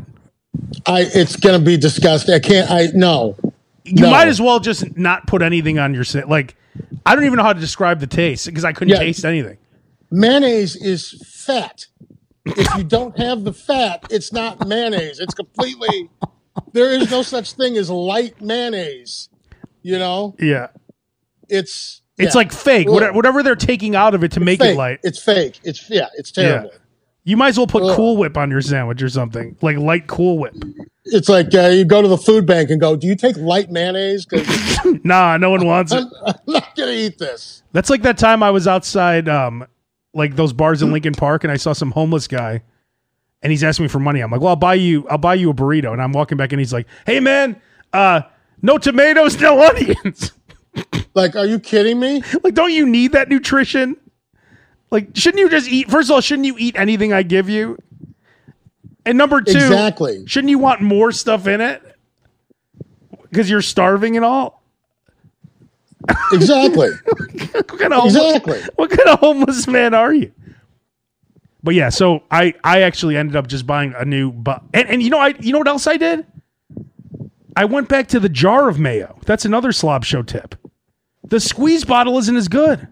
Speaker 2: I it's gonna be disgusting. I can't I no.
Speaker 1: You
Speaker 2: No.
Speaker 1: might as well just not put anything on your sa- like. I don't even know how to describe the taste because I couldn't
Speaker 2: Yeah.
Speaker 1: taste anything.
Speaker 2: Mayonnaise is fat. If you don't have the fat, it's not mayonnaise. It's completely there is no such thing as light mayonnaise. You know?
Speaker 1: Yeah.
Speaker 2: It's
Speaker 1: It's
Speaker 2: yeah,
Speaker 1: like fake.
Speaker 2: Ugh.
Speaker 1: Whatever, whatever they're taking out of it to make
Speaker 2: fake.
Speaker 1: it light.
Speaker 2: It's fake. It's yeah, it's terrible.
Speaker 1: You might as well put
Speaker 2: Ugh.
Speaker 1: Cool Whip on your sandwich or something, like light Cool Whip.
Speaker 2: it's like uh, you go to the food bank and go, "Do you take light mayonnaise?
Speaker 1: [laughs]
Speaker 2: Because
Speaker 1: Nah, no one wants it.
Speaker 2: [laughs] I'm, I'm not gonna eat this."
Speaker 1: That's like that time I was outside, um, like those bars in Lincoln Park, and I saw some homeless guy, and he's asking me for money. I'm like, "Well, I'll buy you, I'll buy you a burrito." And I'm walking back, and he's like, "Hey, man, uh, no tomatoes, no [laughs] onions.
Speaker 2: Like, are you kidding me?
Speaker 1: like, don't you need that nutrition? Like, shouldn't you just eat? First of all, shouldn't you eat anything I give you? And number two,
Speaker 2: Exactly.
Speaker 1: Shouldn't you want more stuff in it? Because you're starving and all. [laughs]
Speaker 2: Exactly.
Speaker 1: what, kind of homeless,
Speaker 2: Exactly.
Speaker 1: what kind of homeless man are you? But yeah, so I I actually ended up just buying a new bu- and and you know I you know what else I did? I went back to the jar of mayo. That's another slob show tip. The squeeze bottle isn't as good.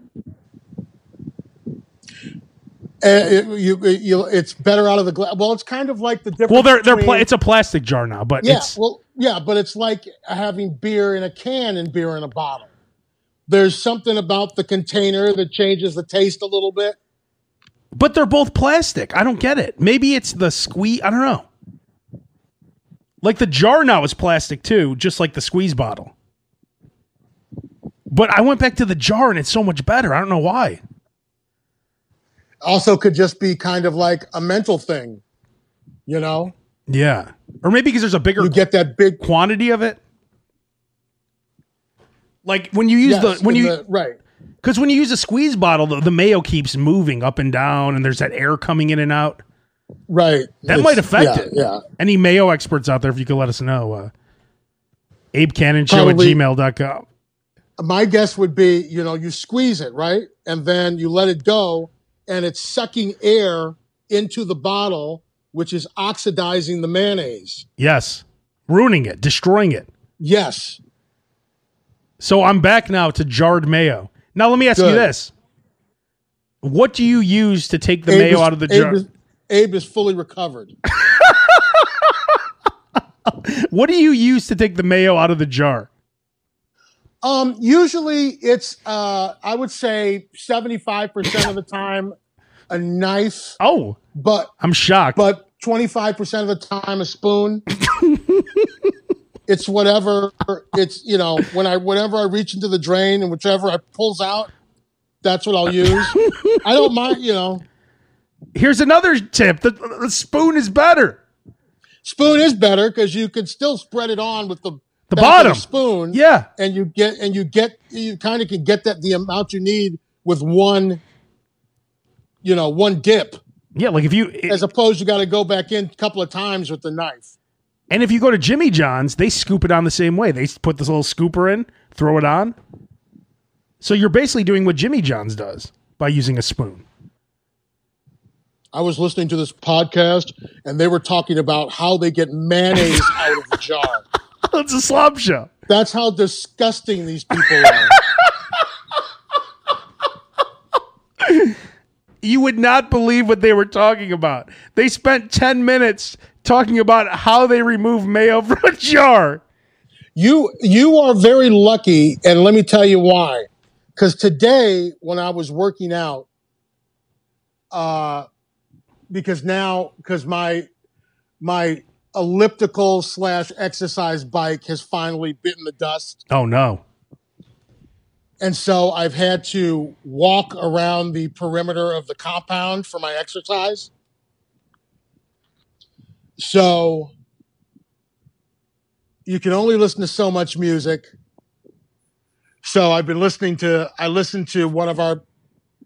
Speaker 2: Uh, it, you, it- you, it's better out of the glass. Well, it's kind of like the difference.
Speaker 1: Well, they're they're pla-
Speaker 2: between-
Speaker 1: it's a plastic jar now, but
Speaker 2: yeah.
Speaker 1: it's
Speaker 2: Well, yeah, but it's like having beer in a can and beer in a bottle. There's something about the container that changes the taste a little bit.
Speaker 1: But they're both plastic. I don't get it. Maybe it's the squeeze. I don't know. Like the jar now is plastic too, just like the squeeze bottle. But I went back to the jar and it's so much better. I don't know why.
Speaker 2: Also, could just be kind of like a mental thing, you know?
Speaker 1: Yeah. Or maybe because there's a bigger
Speaker 2: You get that big
Speaker 1: quantity of it. Like when you use
Speaker 2: yes,
Speaker 1: the when
Speaker 2: in
Speaker 1: you
Speaker 2: the- right.
Speaker 1: Because when you use a squeeze bottle, the, the mayo keeps moving up and down, and there's that air coming in and out.
Speaker 2: Right.
Speaker 1: That might affect
Speaker 2: yeah,
Speaker 1: it.
Speaker 2: Yeah.
Speaker 1: Any mayo experts out there, if you could let us know, uh, Abe Cannon Show at
Speaker 2: Probably-
Speaker 1: gmail.com.
Speaker 2: My guess would be, you know, you squeeze it, right? And then you let it go and it's sucking air into the bottle, which is oxidizing the mayonnaise.
Speaker 1: Yes. Ruining it, destroying it.
Speaker 2: Yes.
Speaker 1: So I'm back now to jarred mayo. Now, let me ask you
Speaker 2: Good.
Speaker 1: this What do you use to take the
Speaker 2: Abe
Speaker 1: mayo
Speaker 2: is-
Speaker 1: out of the
Speaker 2: Abe
Speaker 1: jar?
Speaker 2: is- Abe is fully recovered.
Speaker 1: What do you use to take the mayo out of the jar?
Speaker 2: Um, usually it's uh I would say 75% of the time a knife,
Speaker 1: Oh,
Speaker 2: but
Speaker 1: I'm shocked.
Speaker 2: but 25% of the time a spoon. it's whatever it's you know, when I whenever I reach into the drain and whichever I pulls out, that's what I'll use. I don't mind, you know.
Speaker 1: Here's another tip the, the spoon is better.
Speaker 2: Spoon is better because you can still spread it on with the
Speaker 1: The
Speaker 2: back of
Speaker 1: bottom.
Speaker 2: spoon.
Speaker 1: Yeah.
Speaker 2: and you get and you get you kind of can get that the amount you need with one you know one dip
Speaker 1: Yeah, like if you
Speaker 2: as opposed you got to go back in a couple of times with the knife
Speaker 1: and if you go to Jimmy John's, they scoop it on the same way. They s- put this little scooper in, throw it on. So you're basically doing what Jimmy John's does by using a spoon. [laughs]
Speaker 2: i was listening to this podcast and they were talking about how they get mayonnaise out of the jar
Speaker 1: Oh, it's a slob show.
Speaker 2: that's how disgusting these people are
Speaker 1: You would not believe what they were talking about. They spent 10 minutes talking about how they remove mayo [laughs] from a jar.
Speaker 2: You you are very lucky, and let me tell you why. Because today, when I was working out, uh, because now because my my elliptical slash exercise bike has finally bitten the dust,
Speaker 1: Oh no.
Speaker 2: and so I've had to walk around the perimeter of the compound for my exercise. So you can only listen to so much music. So I've been listening to, I listened to one of our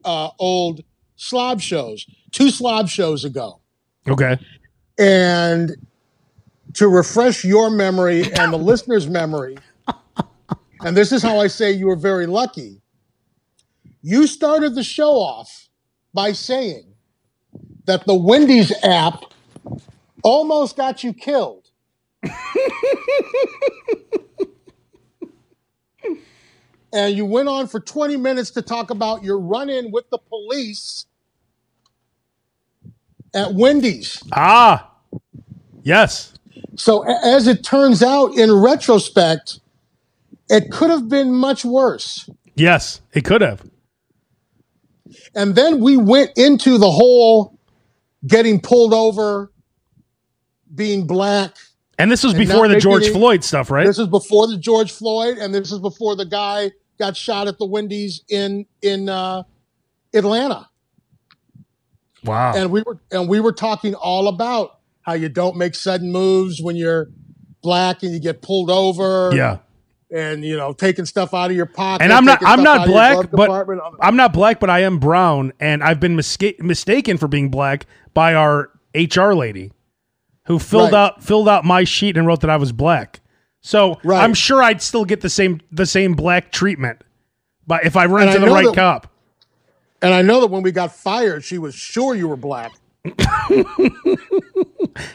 Speaker 2: uh, old slob shows, two slob shows ago.
Speaker 1: Okay.
Speaker 2: And to refresh your memory and the listener's memory, and this is how I say you were very lucky. You started the show off by saying that the Wendy's app almost got you killed. and you went on for 20 minutes to talk about your run in with the police at Wendy's.
Speaker 1: Ah. Yes.
Speaker 2: So, a- as it turns out, in retrospect, it could have been much worse.
Speaker 1: Yes. It could have.
Speaker 2: And then we went into the whole getting pulled over, being black.
Speaker 1: And this was
Speaker 2: And not
Speaker 1: before the
Speaker 2: making
Speaker 1: George
Speaker 2: any-
Speaker 1: Floyd stuff, right?
Speaker 2: This is before the George Floyd, and this is before the guy got shot at the Wendy's in in uh, Atlanta.
Speaker 1: wow.
Speaker 2: and we were and we were talking all about how you don't make sudden moves when you're black and you get pulled over
Speaker 1: yeah.
Speaker 2: and you know taking stuff out of your pocket
Speaker 1: And I'm not-
Speaker 2: taking
Speaker 1: I'm
Speaker 2: stuff
Speaker 1: not
Speaker 2: out of your
Speaker 1: black,
Speaker 2: glove
Speaker 1: but-
Speaker 2: compartment.
Speaker 1: I'm not black, but I am brown, and I've been misca- mistaken for being black by our HR lady, who filled
Speaker 2: Right.
Speaker 1: out filled out my sheet and wrote that I was black. So
Speaker 2: Right.
Speaker 1: I'm sure I'd still get the same the same black treatment, but if I run
Speaker 2: And I
Speaker 1: into the
Speaker 2: know
Speaker 1: right
Speaker 2: that-
Speaker 1: cop,
Speaker 2: and i know that when we got fired she was sure you were black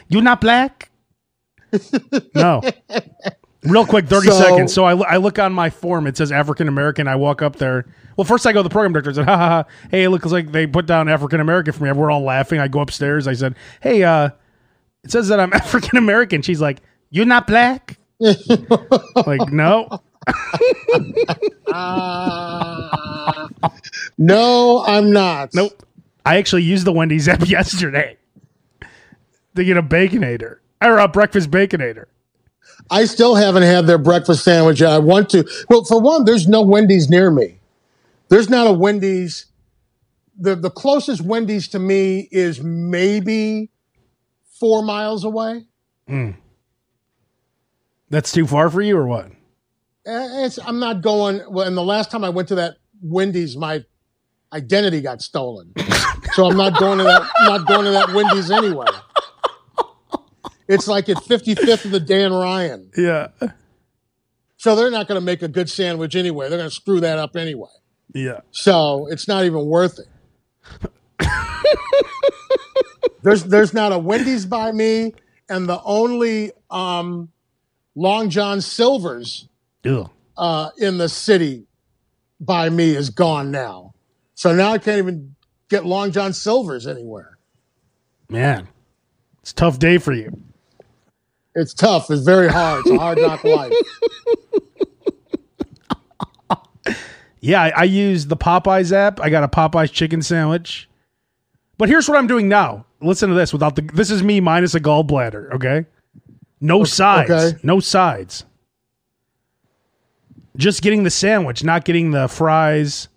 Speaker 1: you're not black. no. Real quick, thirty
Speaker 2: So-
Speaker 1: seconds. So I, lo- I look on my form. It says African American. I walk up there. Well, first I go to the program director. I said, "Ha ha ha! Hey, it looks like they put down African American for me." We're all laughing. I go upstairs. I said, "Hey, uh, it [laughs] says that I'm African American." She's like, "You're not black." like, no.
Speaker 2: Ah. no, I'm not.
Speaker 1: Nope. I actually used the Wendy's app [laughs] yesterday to get a baconator or a breakfast baconator.
Speaker 2: I still haven't had their breakfast sandwich. and I want to. Well, for one, there's no Wendy's near me. There's not a Wendy's. The, the closest Wendy's to me is maybe four miles away.
Speaker 1: That's too far for you or what?
Speaker 2: Eh, It's, I'm not going. Well, and the last time I went to that Wendy's, my identity got stolen. so I'm not going to that. Not going to that Wendy's anyway. It's like at 55th of the Dan Ryan.
Speaker 1: Yeah.
Speaker 2: So they're not going to make a good sandwich anyway. They're going to screw that up anyway.
Speaker 1: Yeah.
Speaker 2: So it's not even worth it. there's there's not a Wendy's by me, and the only um, Long John Silver's
Speaker 1: Ugh.
Speaker 2: uh, in the city by me is gone now. So now I can't even get Long John Silver's anywhere.
Speaker 1: Man. It's a tough day for you.
Speaker 2: It's tough. It's very hard. It's a hard knock life.
Speaker 1: Yeah, I, I used the Popeyes app. I got a Popeyes chicken sandwich. But here's what I'm doing now. Listen to this without the this is me minus a gallbladder, okay? No sides.
Speaker 2: okay.
Speaker 1: No sides. Just getting the sandwich, not getting the fries.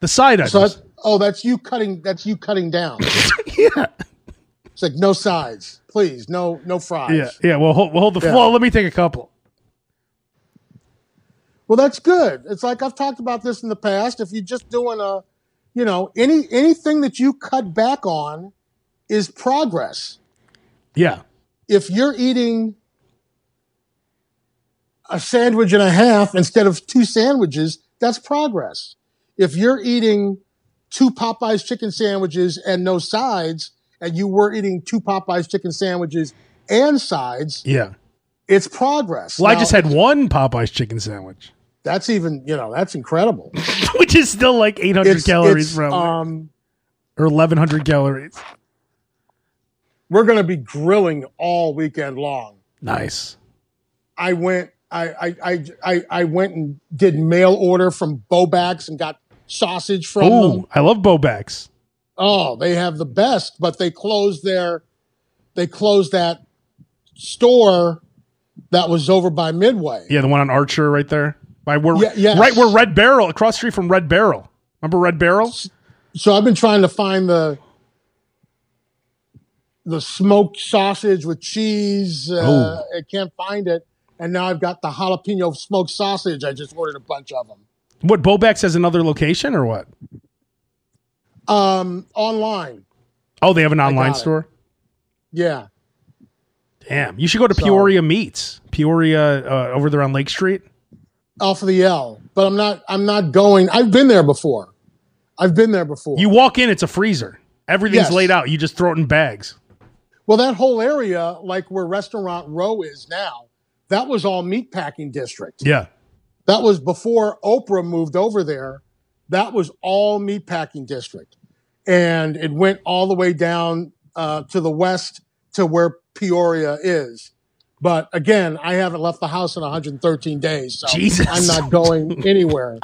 Speaker 1: The side items.
Speaker 2: So that's, oh, that's you cutting. That's you cutting down.
Speaker 1: [laughs] yeah.
Speaker 2: It's like no sides, please. No no fries.
Speaker 1: Yeah. Yeah. Well hold, well, hold the
Speaker 2: Yeah.
Speaker 1: well, let me take a couple.
Speaker 2: Well, that's good. It's like I've talked about this in the past. If you're just doing a, you know, any anything that you cut back on is progress.
Speaker 1: Yeah.
Speaker 2: If you're eating a sandwich and a half instead of two sandwiches, that's progress. If you're eating two Popeyes chicken sandwiches and no sides, and you were eating two Popeyes chicken sandwiches and sides,
Speaker 1: Yeah.
Speaker 2: it's progress.
Speaker 1: Well, I
Speaker 2: Now,
Speaker 1: just had one Popeyes chicken sandwich, [laughs]
Speaker 2: that's even, you know, that's incredible.
Speaker 1: which is still like 800
Speaker 2: It's-
Speaker 1: calories
Speaker 2: it's,
Speaker 1: from
Speaker 2: um,
Speaker 1: or 1100 calories.
Speaker 2: we're going to be grilling all weekend long.
Speaker 1: Nice.
Speaker 2: I went, I, I, I, I, I went and did mail order from Bobax and got sausage from them.
Speaker 1: Ooh, I love Bobax.
Speaker 2: Oh, they have the best, but they closed their, they closed that store that was over by Midway.
Speaker 1: Yeah, the one on Archer right there. By where
Speaker 2: Yeah, yes.
Speaker 1: right where Red Barrel across the street from Red Barrel. Remember Red Barrel?
Speaker 2: So I've been trying to find the, the smoked sausage with cheese. Uh, I can't find it. And now I've got the jalapeno smoked sausage. I just ordered a bunch of them.
Speaker 1: What Bobax has another location or what?
Speaker 2: um online
Speaker 1: Oh, they have an
Speaker 2: got
Speaker 1: online
Speaker 2: it.
Speaker 1: store.
Speaker 2: yeah
Speaker 1: Damn, you should go to
Speaker 2: So-
Speaker 1: Peoria Meats. Peoria uh, over there on Lake Street.
Speaker 2: off of the l but i'm not i'm not going i've been there before i've been there before
Speaker 1: You walk in, it's a freezer. Everything's
Speaker 2: Yes.
Speaker 1: laid out. You just throw it in bags.
Speaker 2: well that whole area like where restaurant row is now that was all meatpacking district
Speaker 1: Yeah.
Speaker 2: that was before oprah moved over there that was all meatpacking district and it went all the way down uh, to the west to where peoria is but again i haven't left the house in 113 days so
Speaker 1: Jesus.
Speaker 2: i'm
Speaker 1: [laughs]
Speaker 2: not going anywhere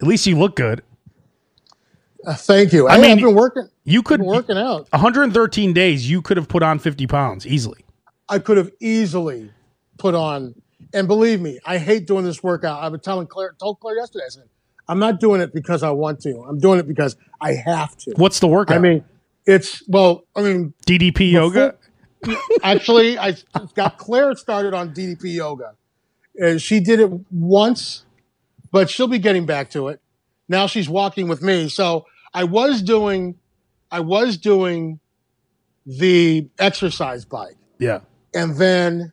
Speaker 1: At least you look good.
Speaker 2: Uh, Thank you.
Speaker 1: I
Speaker 2: I
Speaker 1: mean-
Speaker 2: mean, I've been working,
Speaker 1: You could
Speaker 2: been working out.
Speaker 1: 113 days, you could have put on 50 pounds easily.
Speaker 2: I could have easily put on, and believe me, I hate doing this workout. I was telling Claire, told Claire yesterday, I said, I'm not doing it because I want to. I'm doing it because I have to.
Speaker 1: What's the workout?
Speaker 2: I mean, it's well, I mean,
Speaker 1: DDP yoga.
Speaker 2: actually, I got Claire started on DDP yoga. And she did it once, but she'll be getting back to it. Now she's walking with me. So I was doing, I was doing the exercise bike,
Speaker 1: Yeah.
Speaker 2: and then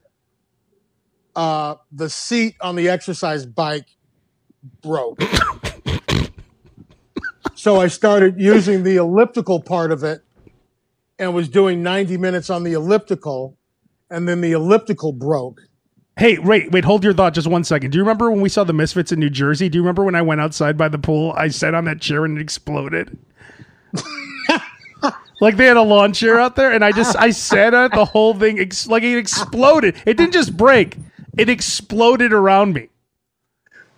Speaker 2: uh, the seat on the exercise bike broke. [coughs] so I started using the elliptical part of it and was doing 90 minutes on the elliptical, and then the elliptical broke.
Speaker 1: Hey, wait, wait, hold your thought just one second. Do you remember when we saw the Misfits in New Jersey? Do you remember when I went outside by the pool? I sat on that chair and it
Speaker 2: [laughs]
Speaker 1: exploded. like they had a lawn chair out there, and I just I sat on it. The whole thing ex- like it exploded. It didn't just break; It exploded around me.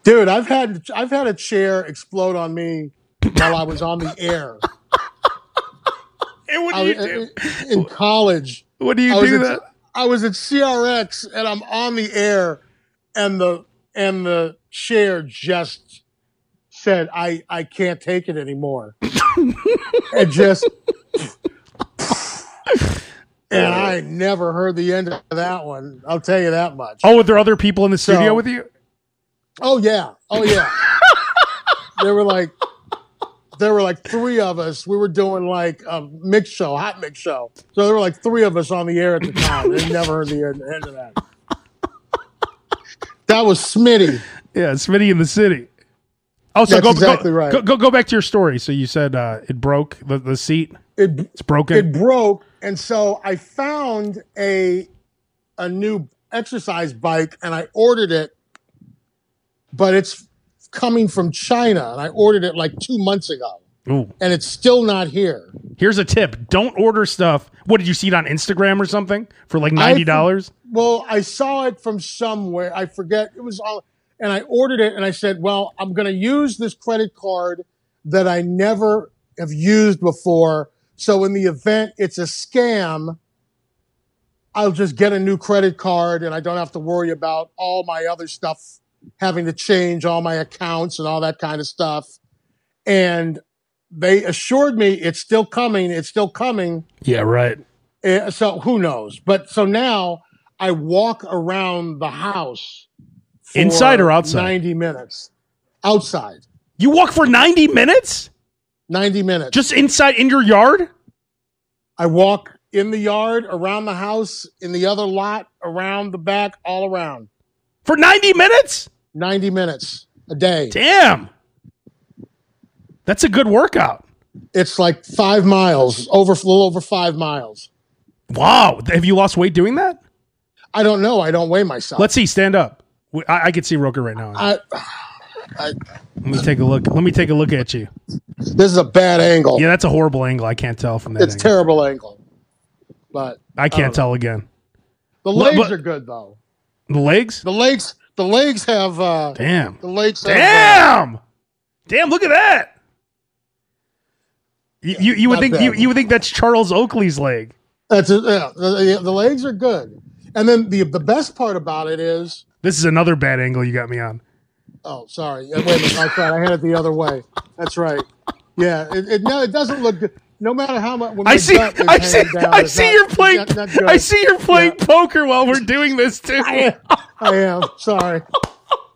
Speaker 2: Dude, I've had I've had a chair explode on me while I was on the air.
Speaker 1: And what do
Speaker 2: I,
Speaker 1: you
Speaker 2: was-
Speaker 1: do?
Speaker 2: in college,
Speaker 1: What do you
Speaker 2: I was
Speaker 1: do
Speaker 2: at,
Speaker 1: that?
Speaker 2: I was at CRX and I'm on the air and the and the chair just said I I can't take
Speaker 1: [laughs]
Speaker 2: it anymore. and just and I never heard the end of that one. I'll tell you that much.
Speaker 1: Oh, were there other people in the
Speaker 2: So-
Speaker 1: studio with you?
Speaker 2: Oh yeah. Oh yeah. there were like there were like three of us. We were doing like a mix show, hot mix show. So there were like three of us on the air at the time. They never heard the end, end of that. That was Smitty.
Speaker 1: Yeah, Smitty in the city. Oh, so
Speaker 2: That's
Speaker 1: go,
Speaker 2: exactly
Speaker 1: go,
Speaker 2: right.
Speaker 1: go go go back to your story. So you said uh, it broke the, the seat.
Speaker 2: It
Speaker 1: It's broken.
Speaker 2: it broke, and so I found a a new exercise bike, and I ordered it, but it's coming from China, and I ordered it like two months ago,
Speaker 1: Ooh.
Speaker 2: and it's still not here.
Speaker 1: Here's a tip: don't order stuff. What did you see it on Instagram or something for like
Speaker 2: I
Speaker 1: ninety dollars?
Speaker 2: well, I saw it from somewhere. I forget. It was all, and I ordered it and I said, well, I'm going to use this credit card that I never have used before. So in the event it's a scam, I'll just get a new credit card and I don't have to worry about all my other stuff having to change all my accounts and all that kind of stuff. And they assured me it's still coming. It's still coming.
Speaker 1: Yeah, right.
Speaker 2: Uh, so who knows? But so now I walk around the house for
Speaker 1: Inside or outside?
Speaker 2: 90 minutes. Outside.
Speaker 1: You walk for ninety minutes
Speaker 2: 90 minutes.
Speaker 1: just inside in your yard.
Speaker 2: I walk in the yard, around the house, in the other lot, around the back, all around.
Speaker 1: For 90 minutes?
Speaker 2: 90 minutes a day.
Speaker 1: Damn. That's a good workout.
Speaker 2: It's like five miles, over a little over five miles.
Speaker 1: Wow. Have you lost weight doing that?
Speaker 2: I don't know. I don't weigh myself.
Speaker 1: Let's see. Stand up. We- I, I could see Roker right now.
Speaker 2: I,
Speaker 1: Let me take a look. Let me take a look at you.
Speaker 2: this is a bad angle.
Speaker 1: Yeah, that's a horrible angle. I can't tell from that
Speaker 2: it's
Speaker 1: angle.
Speaker 2: terrible angle. But
Speaker 1: I can't tell again. But-
Speaker 2: the legs
Speaker 1: but-
Speaker 2: are good though.
Speaker 1: The legs?
Speaker 2: The legs, the legs have uh,
Speaker 1: Damn.
Speaker 2: The lakes. have, uh,
Speaker 1: Damn. Damn, look at that. You, you, you would
Speaker 2: not
Speaker 1: think
Speaker 2: bad.
Speaker 1: you, you would think that's Charles Oakley's leg.
Speaker 2: that's it, yeah, the, the legs are good. And then the the best part about it is,
Speaker 1: This is another bad angle you got me on.
Speaker 2: oh, sorry, Uh, wait a minute, my friend, I had it the other way. That's right. Yeah, it, it no, it doesn't look good. No matter how much. When
Speaker 1: I
Speaker 2: my
Speaker 1: see,
Speaker 2: gut is
Speaker 1: I see,
Speaker 2: hanging down,
Speaker 1: I
Speaker 2: it's
Speaker 1: see
Speaker 2: not-
Speaker 1: you're
Speaker 2: it's
Speaker 1: playing.
Speaker 2: not- not good.
Speaker 1: I see you're playing poker while we're doing this too. [laughs] I,
Speaker 2: [laughs] I am sorry.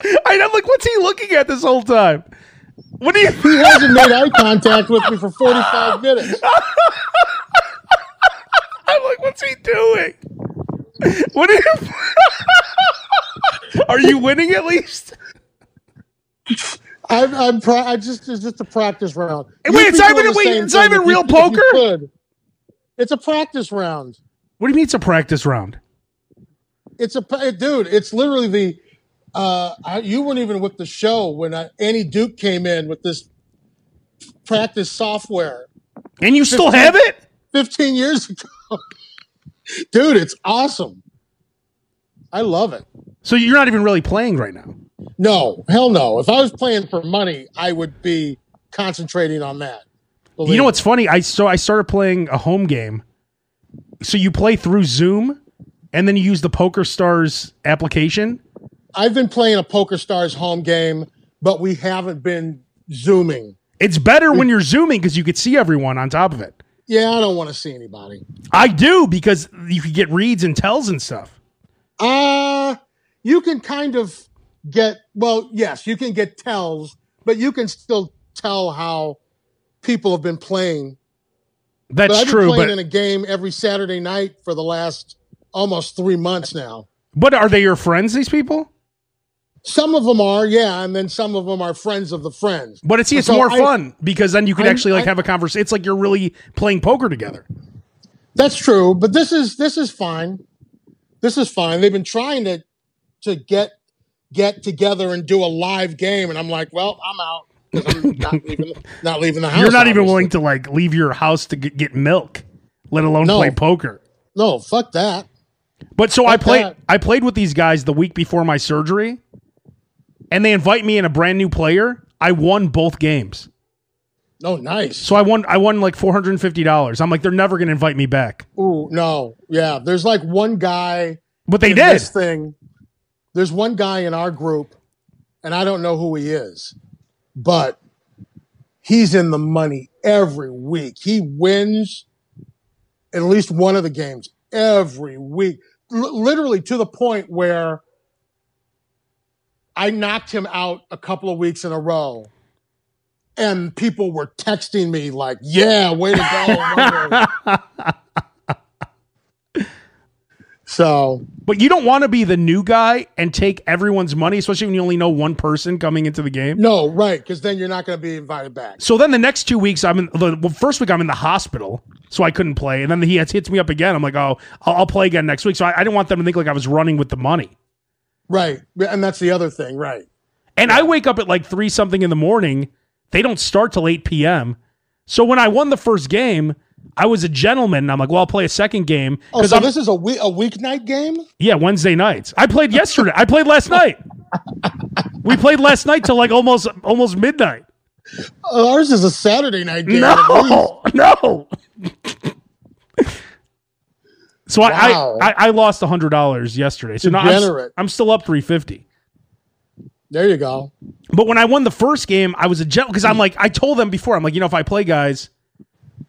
Speaker 1: am like, what's he looking at this whole time? What do
Speaker 2: [laughs]
Speaker 1: you?
Speaker 2: He hasn't made eye contact with me for 45 minutes.
Speaker 1: I'm like, what's he doing? What are you? are you [laughs] winning at least?
Speaker 2: I'm, I'm pra- I just it's just a practice round.
Speaker 1: Hey, wait,
Speaker 2: You'd
Speaker 1: it's
Speaker 2: be
Speaker 1: not
Speaker 2: doing
Speaker 1: even-
Speaker 2: the
Speaker 1: wait,
Speaker 2: same
Speaker 1: it's not
Speaker 2: thing
Speaker 1: even
Speaker 2: if you-
Speaker 1: real
Speaker 2: if you
Speaker 1: poker?
Speaker 2: could. It's a practice round.
Speaker 1: What do you mean it's a practice round?
Speaker 2: It's a pa- dude. It's literally the. Uh, I, you weren't even with the show when uh, Annie Duke came in with this practice software
Speaker 1: And you still have it?
Speaker 2: 15 years ago. [laughs] dude, it's awesome. I love it.
Speaker 1: So you're not even really playing right now.
Speaker 2: No, hell no. If I was playing for money, I would be concentrating on that.
Speaker 1: You
Speaker 2: Believe
Speaker 1: know
Speaker 2: me.
Speaker 1: what's funny? I so I started playing a home game. So you play through Zoom, and then you use the Poker Stars application.
Speaker 2: I've been playing a Poker Stars home game, but we haven't been zooming.
Speaker 1: It's better when you're zooming because you could see everyone on top of it.
Speaker 2: Yeah, I don't want to see anybody.
Speaker 1: I do because you could get reads and tells and stuff.
Speaker 2: Uh you can kind of get well, yes, you can get tells, but you can still tell how people have been playing.
Speaker 1: That's
Speaker 2: but I've been
Speaker 1: true,
Speaker 2: playing
Speaker 1: but
Speaker 2: in a game every Saturday night for the last almost three months now.
Speaker 1: but are they your friends? These people?
Speaker 2: Some of them are, yeah, and then some of them are friends of the friends.
Speaker 1: But it's see, it's
Speaker 2: So
Speaker 1: more
Speaker 2: I-
Speaker 1: fun because then you can
Speaker 2: I'm-
Speaker 1: actually like
Speaker 2: I-
Speaker 1: have a conversation. It's like you're really playing poker together.
Speaker 2: That's true, but this is this is fine. This is fine. They've been trying to to get get together and do a live game, and I'm like, well, I'm out. 'Cause
Speaker 1: [laughs]
Speaker 2: I'm not leaving, not leaving the house.
Speaker 1: You're not even
Speaker 2: obviously.
Speaker 1: willing to like leave your house to g- get milk, let alone
Speaker 2: No.
Speaker 1: play poker.
Speaker 2: No, fuck that.
Speaker 1: But so I
Speaker 2: Like
Speaker 1: played
Speaker 2: that.
Speaker 1: I played with these guys the week before my surgery, and they invite me in a brand new player. I won both games.
Speaker 2: No, nice.
Speaker 1: So I won I won like four hundred and fifty dollars. I'm like, they're never gonna invite me back.
Speaker 2: Ooh, no. Yeah. There's like one guy
Speaker 1: But they
Speaker 2: in
Speaker 1: did.
Speaker 2: this thing. There's one guy in our group, and I don't know who he is, but he's in the money every week. He wins at least one of the games every week, L- literally to the point where I knocked him out a couple of weeks in a row. And people were texting me like, "Yeah, way to go!"
Speaker 1: [laughs]
Speaker 2: so
Speaker 1: But you don't want to be the new guy and take everyone's money, especially when you only know one person coming into the game.
Speaker 2: No, right, because then you're not going to be invited back.
Speaker 1: So then the next two weeks, I'm in the well, first week I'm in the hospital, so I couldn't play. And then he hits me up again. I'm like, oh, I'll, I'll play again next week. So I, I didn't want them to think like I was running with the money.
Speaker 2: Right, and that's the other thing, right?
Speaker 1: And I wake up at like three something in the morning. They don't start till 8 p.m. So when I won the first game, I was a gentleman. And I'm like, well, I'll play a second game.
Speaker 2: Oh,
Speaker 1: 'Cause
Speaker 2: so
Speaker 1: I'm-
Speaker 2: this is a week a weeknight game.
Speaker 1: yeah, Wednesday nights. I
Speaker 2: [laughs]
Speaker 1: played yesterday. I played last night. We played last night till like almost almost
Speaker 2: [laughs]
Speaker 1: midnight.
Speaker 2: Uh, ours is a Saturday night game.
Speaker 1: No, no. [laughs] so
Speaker 2: Wow.
Speaker 1: I, I I lost hundred dollars yesterday. So now I'm, s-
Speaker 2: Degenerate.
Speaker 1: I'm still up three fifty.
Speaker 2: There you go.
Speaker 1: But when I won the first game, I was a gentle because I'm like I told them before. I'm like, you know, if I play guys,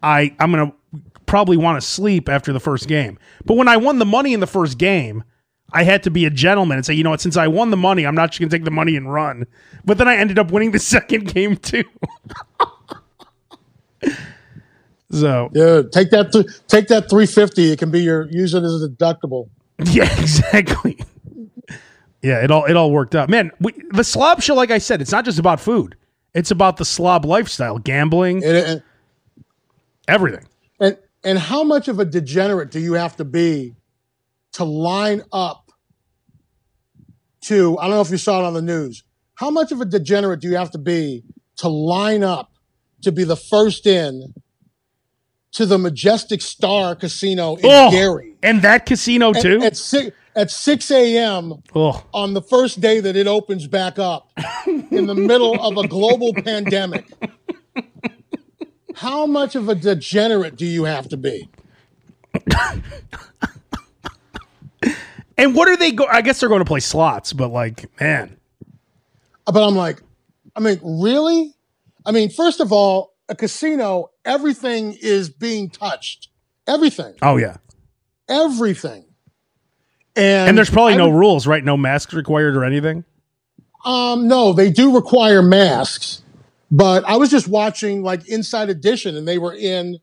Speaker 1: I I'm gonna probably want to sleep after the first game. But when I won the money in the first game, I had to be a gentleman and say, you know what, since I won the money, I'm not just gonna take the money and run. But then I ended up winning the [laughs] second game too. [laughs] so
Speaker 2: Dude, take that th- take that 350. It can be your use it as a deductible.
Speaker 1: Yeah, [laughs] exactly. Yeah, it all it all worked out, man. We, the slob show, like I said, it's not just about food; it's about the slob lifestyle, gambling,
Speaker 2: And, and
Speaker 1: everything.
Speaker 2: and and how much of a degenerate do you have to be to line up to? I don't know if you saw it on the news. How much of a degenerate do you have to be to line up to be the first in to the Majestic Star Casino in
Speaker 1: Oh,
Speaker 2: Gary
Speaker 1: and that casino too.
Speaker 2: at, at six at six a.m.
Speaker 1: oh,
Speaker 2: on the first day that it opens back up in the middle of a global pandemic. How much of a degenerate do you have to be?
Speaker 1: and what are they? Go- I guess they're going to play slots, but like, man,
Speaker 2: But I'm like, I mean, really? I mean, first of all, a casino, everything is being touched. Everything.
Speaker 1: oh yeah.
Speaker 2: Everything.
Speaker 1: And there's probably
Speaker 2: I
Speaker 1: no
Speaker 2: would-
Speaker 1: rules, right? No masks required or anything.
Speaker 2: Um, no, they do require masks, but I was just watching like Inside Edition, and they were in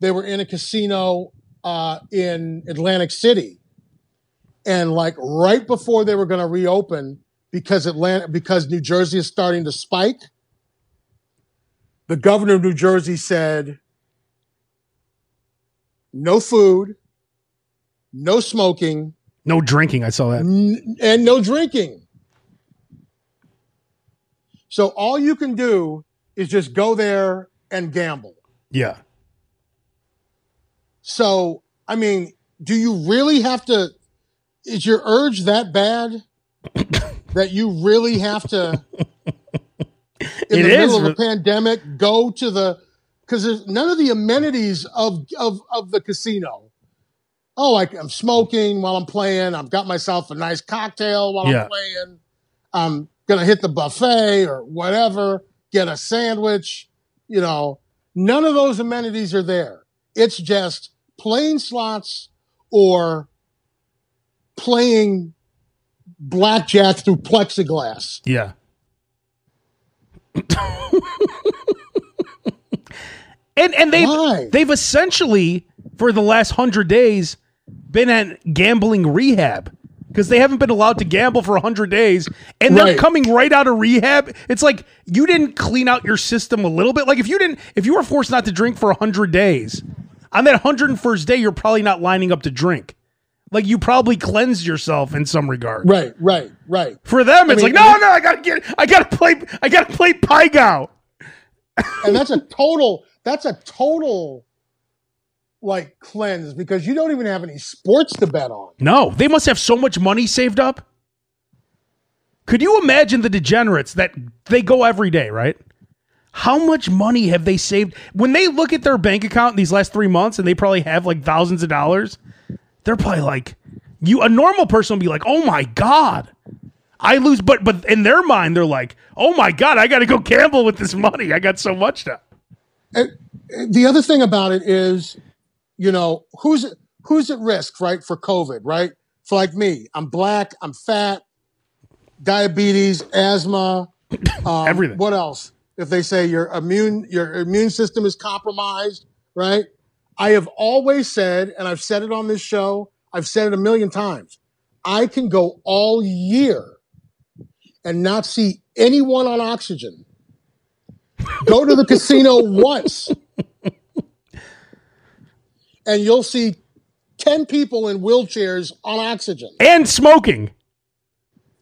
Speaker 2: they were in a casino uh, in Atlantic City, and like right before they were going to reopen because Atlanta because New Jersey is starting to spike, the governor of New Jersey said, "No food, no smoking."
Speaker 1: No drinking. I saw that.
Speaker 2: N- and no drinking. So all you can do is just go there and gamble.
Speaker 1: Yeah.
Speaker 2: So I mean, do you really have to? Is your urge
Speaker 1: [laughs]
Speaker 2: that bad that you really have to? In
Speaker 1: It
Speaker 2: the
Speaker 1: is
Speaker 2: middle of
Speaker 1: re-
Speaker 2: a pandemic, go to the because none of the amenities of of of the casino. Oh, like I'm smoking while I'm playing. I've got myself a nice cocktail while
Speaker 1: Yeah.
Speaker 2: I'm playing. I'm gonna hit the buffet or whatever. Get a sandwich. You know, none of those amenities are there. It's just playing slots or playing blackjack through plexiglass.
Speaker 1: Yeah. and and they
Speaker 2: Why?
Speaker 1: they've essentially for the last 100 days been at gambling rehab because they haven't been allowed to gamble for 100 days and they're
Speaker 2: Right.
Speaker 1: coming right out of rehab it's like you didn't clean out your system a little bit like if you didn't if you were forced not to drink for 100 days on that 101st day you're probably not lining up to drink like you probably cleansed yourself in some regard
Speaker 2: Right, right, right.
Speaker 1: for them, it's
Speaker 2: mean,
Speaker 1: like, no, no, I gotta get, I gotta play, I gotta play Pygow.
Speaker 2: And that's a total. That's a total like cleanse because you don't even have any sports to bet on.
Speaker 1: No, they must have so much money saved up. Could you imagine the degenerates that they go every day, right? How much money have they saved? When they look at their bank account in these last three months and they probably have like thousands of dollars, they're probably like, you, a normal person will be like, oh my God, I lose. But, but in their mind, they're like, oh my God, I got to go gamble with this money. I got so much now.
Speaker 2: And the other thing about it is, you know, who's who's at risk, right, for COVID, right? For like me, I'm black, I'm fat, diabetes, asthma, um,
Speaker 1: Everything.
Speaker 2: What else? If they say your immune your immune system is compromised, right? I have always said, and I've said it on this show, I've said it a million times. I can go all year and not see anyone on oxygen. Go to the casino once, and you'll see 10 people in wheelchairs on oxygen
Speaker 1: And smoking.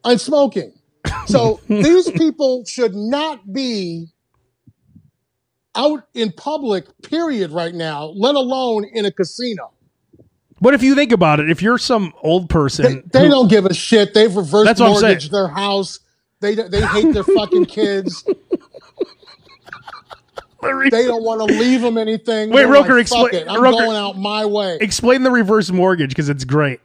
Speaker 2: and smoking. So these people should not be out in public, period, right now, let alone in a casino.
Speaker 1: But if you think about it, if you're some old
Speaker 2: They,
Speaker 1: person, [laughs]
Speaker 2: they
Speaker 1: who-
Speaker 2: don't give a shit. They've reverse
Speaker 1: That's what I'm saying.
Speaker 2: mortgaged their house. They, they hate their fucking kids. They don't want to leave them anything.
Speaker 1: Wait,
Speaker 2: They're
Speaker 1: Roker,
Speaker 2: like, "Fuck
Speaker 1: expla-
Speaker 2: it, I'm
Speaker 1: Roker-
Speaker 2: going out my way.
Speaker 1: explain the reverse mortgage because it's great.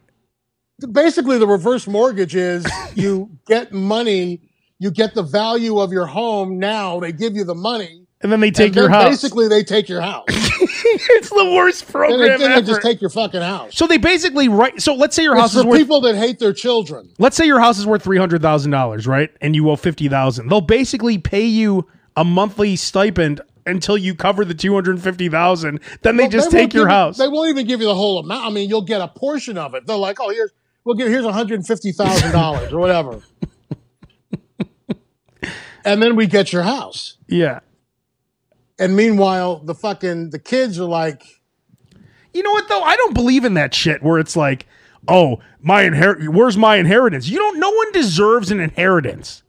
Speaker 2: basically the reverse mortgage is you get money, you get the value of your home now. They give you the money.
Speaker 1: And then they take
Speaker 2: and
Speaker 1: your
Speaker 2: then
Speaker 1: house.
Speaker 2: Basically, they take your house.
Speaker 1: [laughs] it's the worst
Speaker 2: then they,
Speaker 1: program
Speaker 2: then they
Speaker 1: ever.
Speaker 2: just take your fucking house.
Speaker 1: so they basically write. So let's say your house
Speaker 2: It's
Speaker 1: is
Speaker 2: for
Speaker 1: worth.
Speaker 2: people that hate their children.
Speaker 1: let's say your house is worth three hundred thousand dollars, right? And you owe fifty thousand. They'll basically pay you a monthly stipend until you cover the two hundred fifty thousand. Then they just
Speaker 2: won't
Speaker 1: take your
Speaker 2: give you-
Speaker 1: house.
Speaker 2: They won't even give you the whole amount. I mean, you'll get a portion of it. They're like, oh, here's we'll give here's one hundred and fifty thousand dollars
Speaker 1: [laughs]
Speaker 2: or whatever, and then we get your house.
Speaker 1: yeah.
Speaker 2: And meanwhile, the fucking the kids are like,
Speaker 1: You know what though? I don't believe in that shit where it's like, oh, my inherit where's my inheritance? You don't no one deserves an inheritance.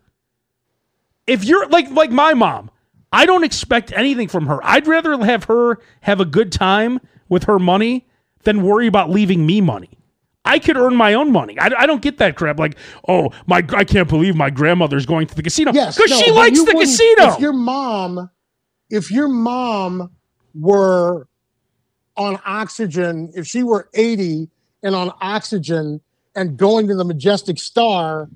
Speaker 1: If you're like like my mom, I don't expect anything from her. I'd rather have her have a good time with her money than worry about leaving me money. I could earn my own money. I, I don't get that crap. Like, oh my, I can't believe my grandmother's going to the casino
Speaker 2: yes,
Speaker 1: because
Speaker 2: no,
Speaker 1: she
Speaker 2: but
Speaker 1: likes
Speaker 2: you
Speaker 1: the
Speaker 2: wouldn't-
Speaker 1: casino.
Speaker 2: If your mom, if your mom were on oxygen, if she were 80 and on oxygen and going to the Majestic Star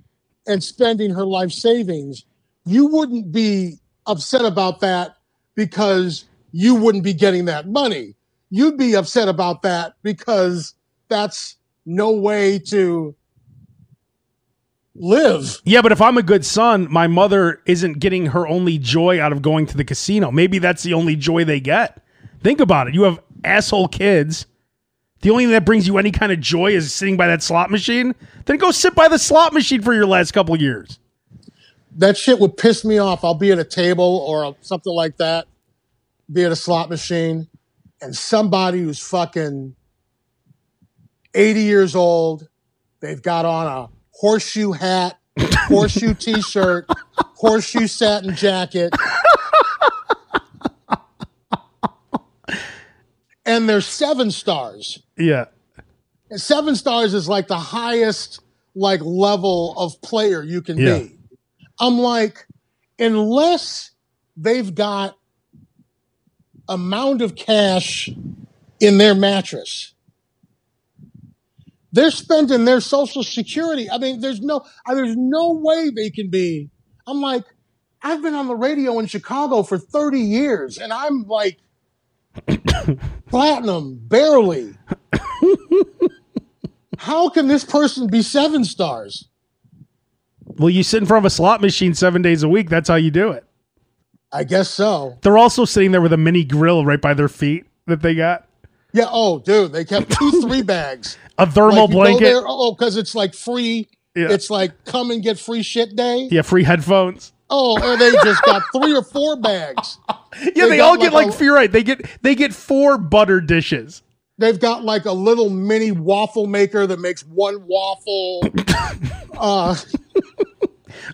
Speaker 2: and spending her life savings, you wouldn't be upset about that because you wouldn't be getting that money. You'd be upset about that because that's no way to live.
Speaker 1: Yeah, but if I'm a good son, my mother isn't getting her only joy out of going to the casino. Maybe that's the only joy they get. Think about it. You have asshole kids. The only thing that brings you any kind of joy is sitting by that slot machine. Then go sit by the slot machine for your last couple years.
Speaker 2: that shit would piss me off. I'll be at a table or a, something like that, be at a slot machine, and somebody who's fucking 80 years old, they've got on a horseshoe hat, horseshoe t shirt, horseshoe satin jacket. and they're seven stars.
Speaker 1: Yeah.
Speaker 2: Seven stars is like the highest like level of player you can
Speaker 1: Yeah.
Speaker 2: be. I'm like, unless they've got amount of cash in their mattress, they're spending their social security. I mean, there's no, I- there's no way they can be. I'm like, I've been on the radio in Chicago for 30 years, and I'm like [coughs] platinum barely. How can this person be seven stars?
Speaker 1: Well, you sit in front of a slot machine seven days a week. That's how you do it.
Speaker 2: I guess so.
Speaker 1: They're also sitting there with a mini grill right by their feet that they got,
Speaker 2: Yeah. Oh, dude, they kept
Speaker 1: [laughs]
Speaker 2: two, three bags.
Speaker 1: a
Speaker 2: Like,
Speaker 1: thermal
Speaker 2: you go
Speaker 1: blanket.
Speaker 2: there- oh, because it's like free.
Speaker 1: Yeah.
Speaker 2: It's like come and get free shit day.
Speaker 1: Yeah, free headphones.
Speaker 2: Oh, and they just got three or four bags.
Speaker 1: [laughs] Yeah,
Speaker 2: They
Speaker 1: they,
Speaker 2: got
Speaker 1: all get
Speaker 2: like
Speaker 1: like,
Speaker 2: a-
Speaker 1: you're right. They get they get four butter dishes.
Speaker 2: They've got like a little mini waffle maker that makes one waffle. Uh,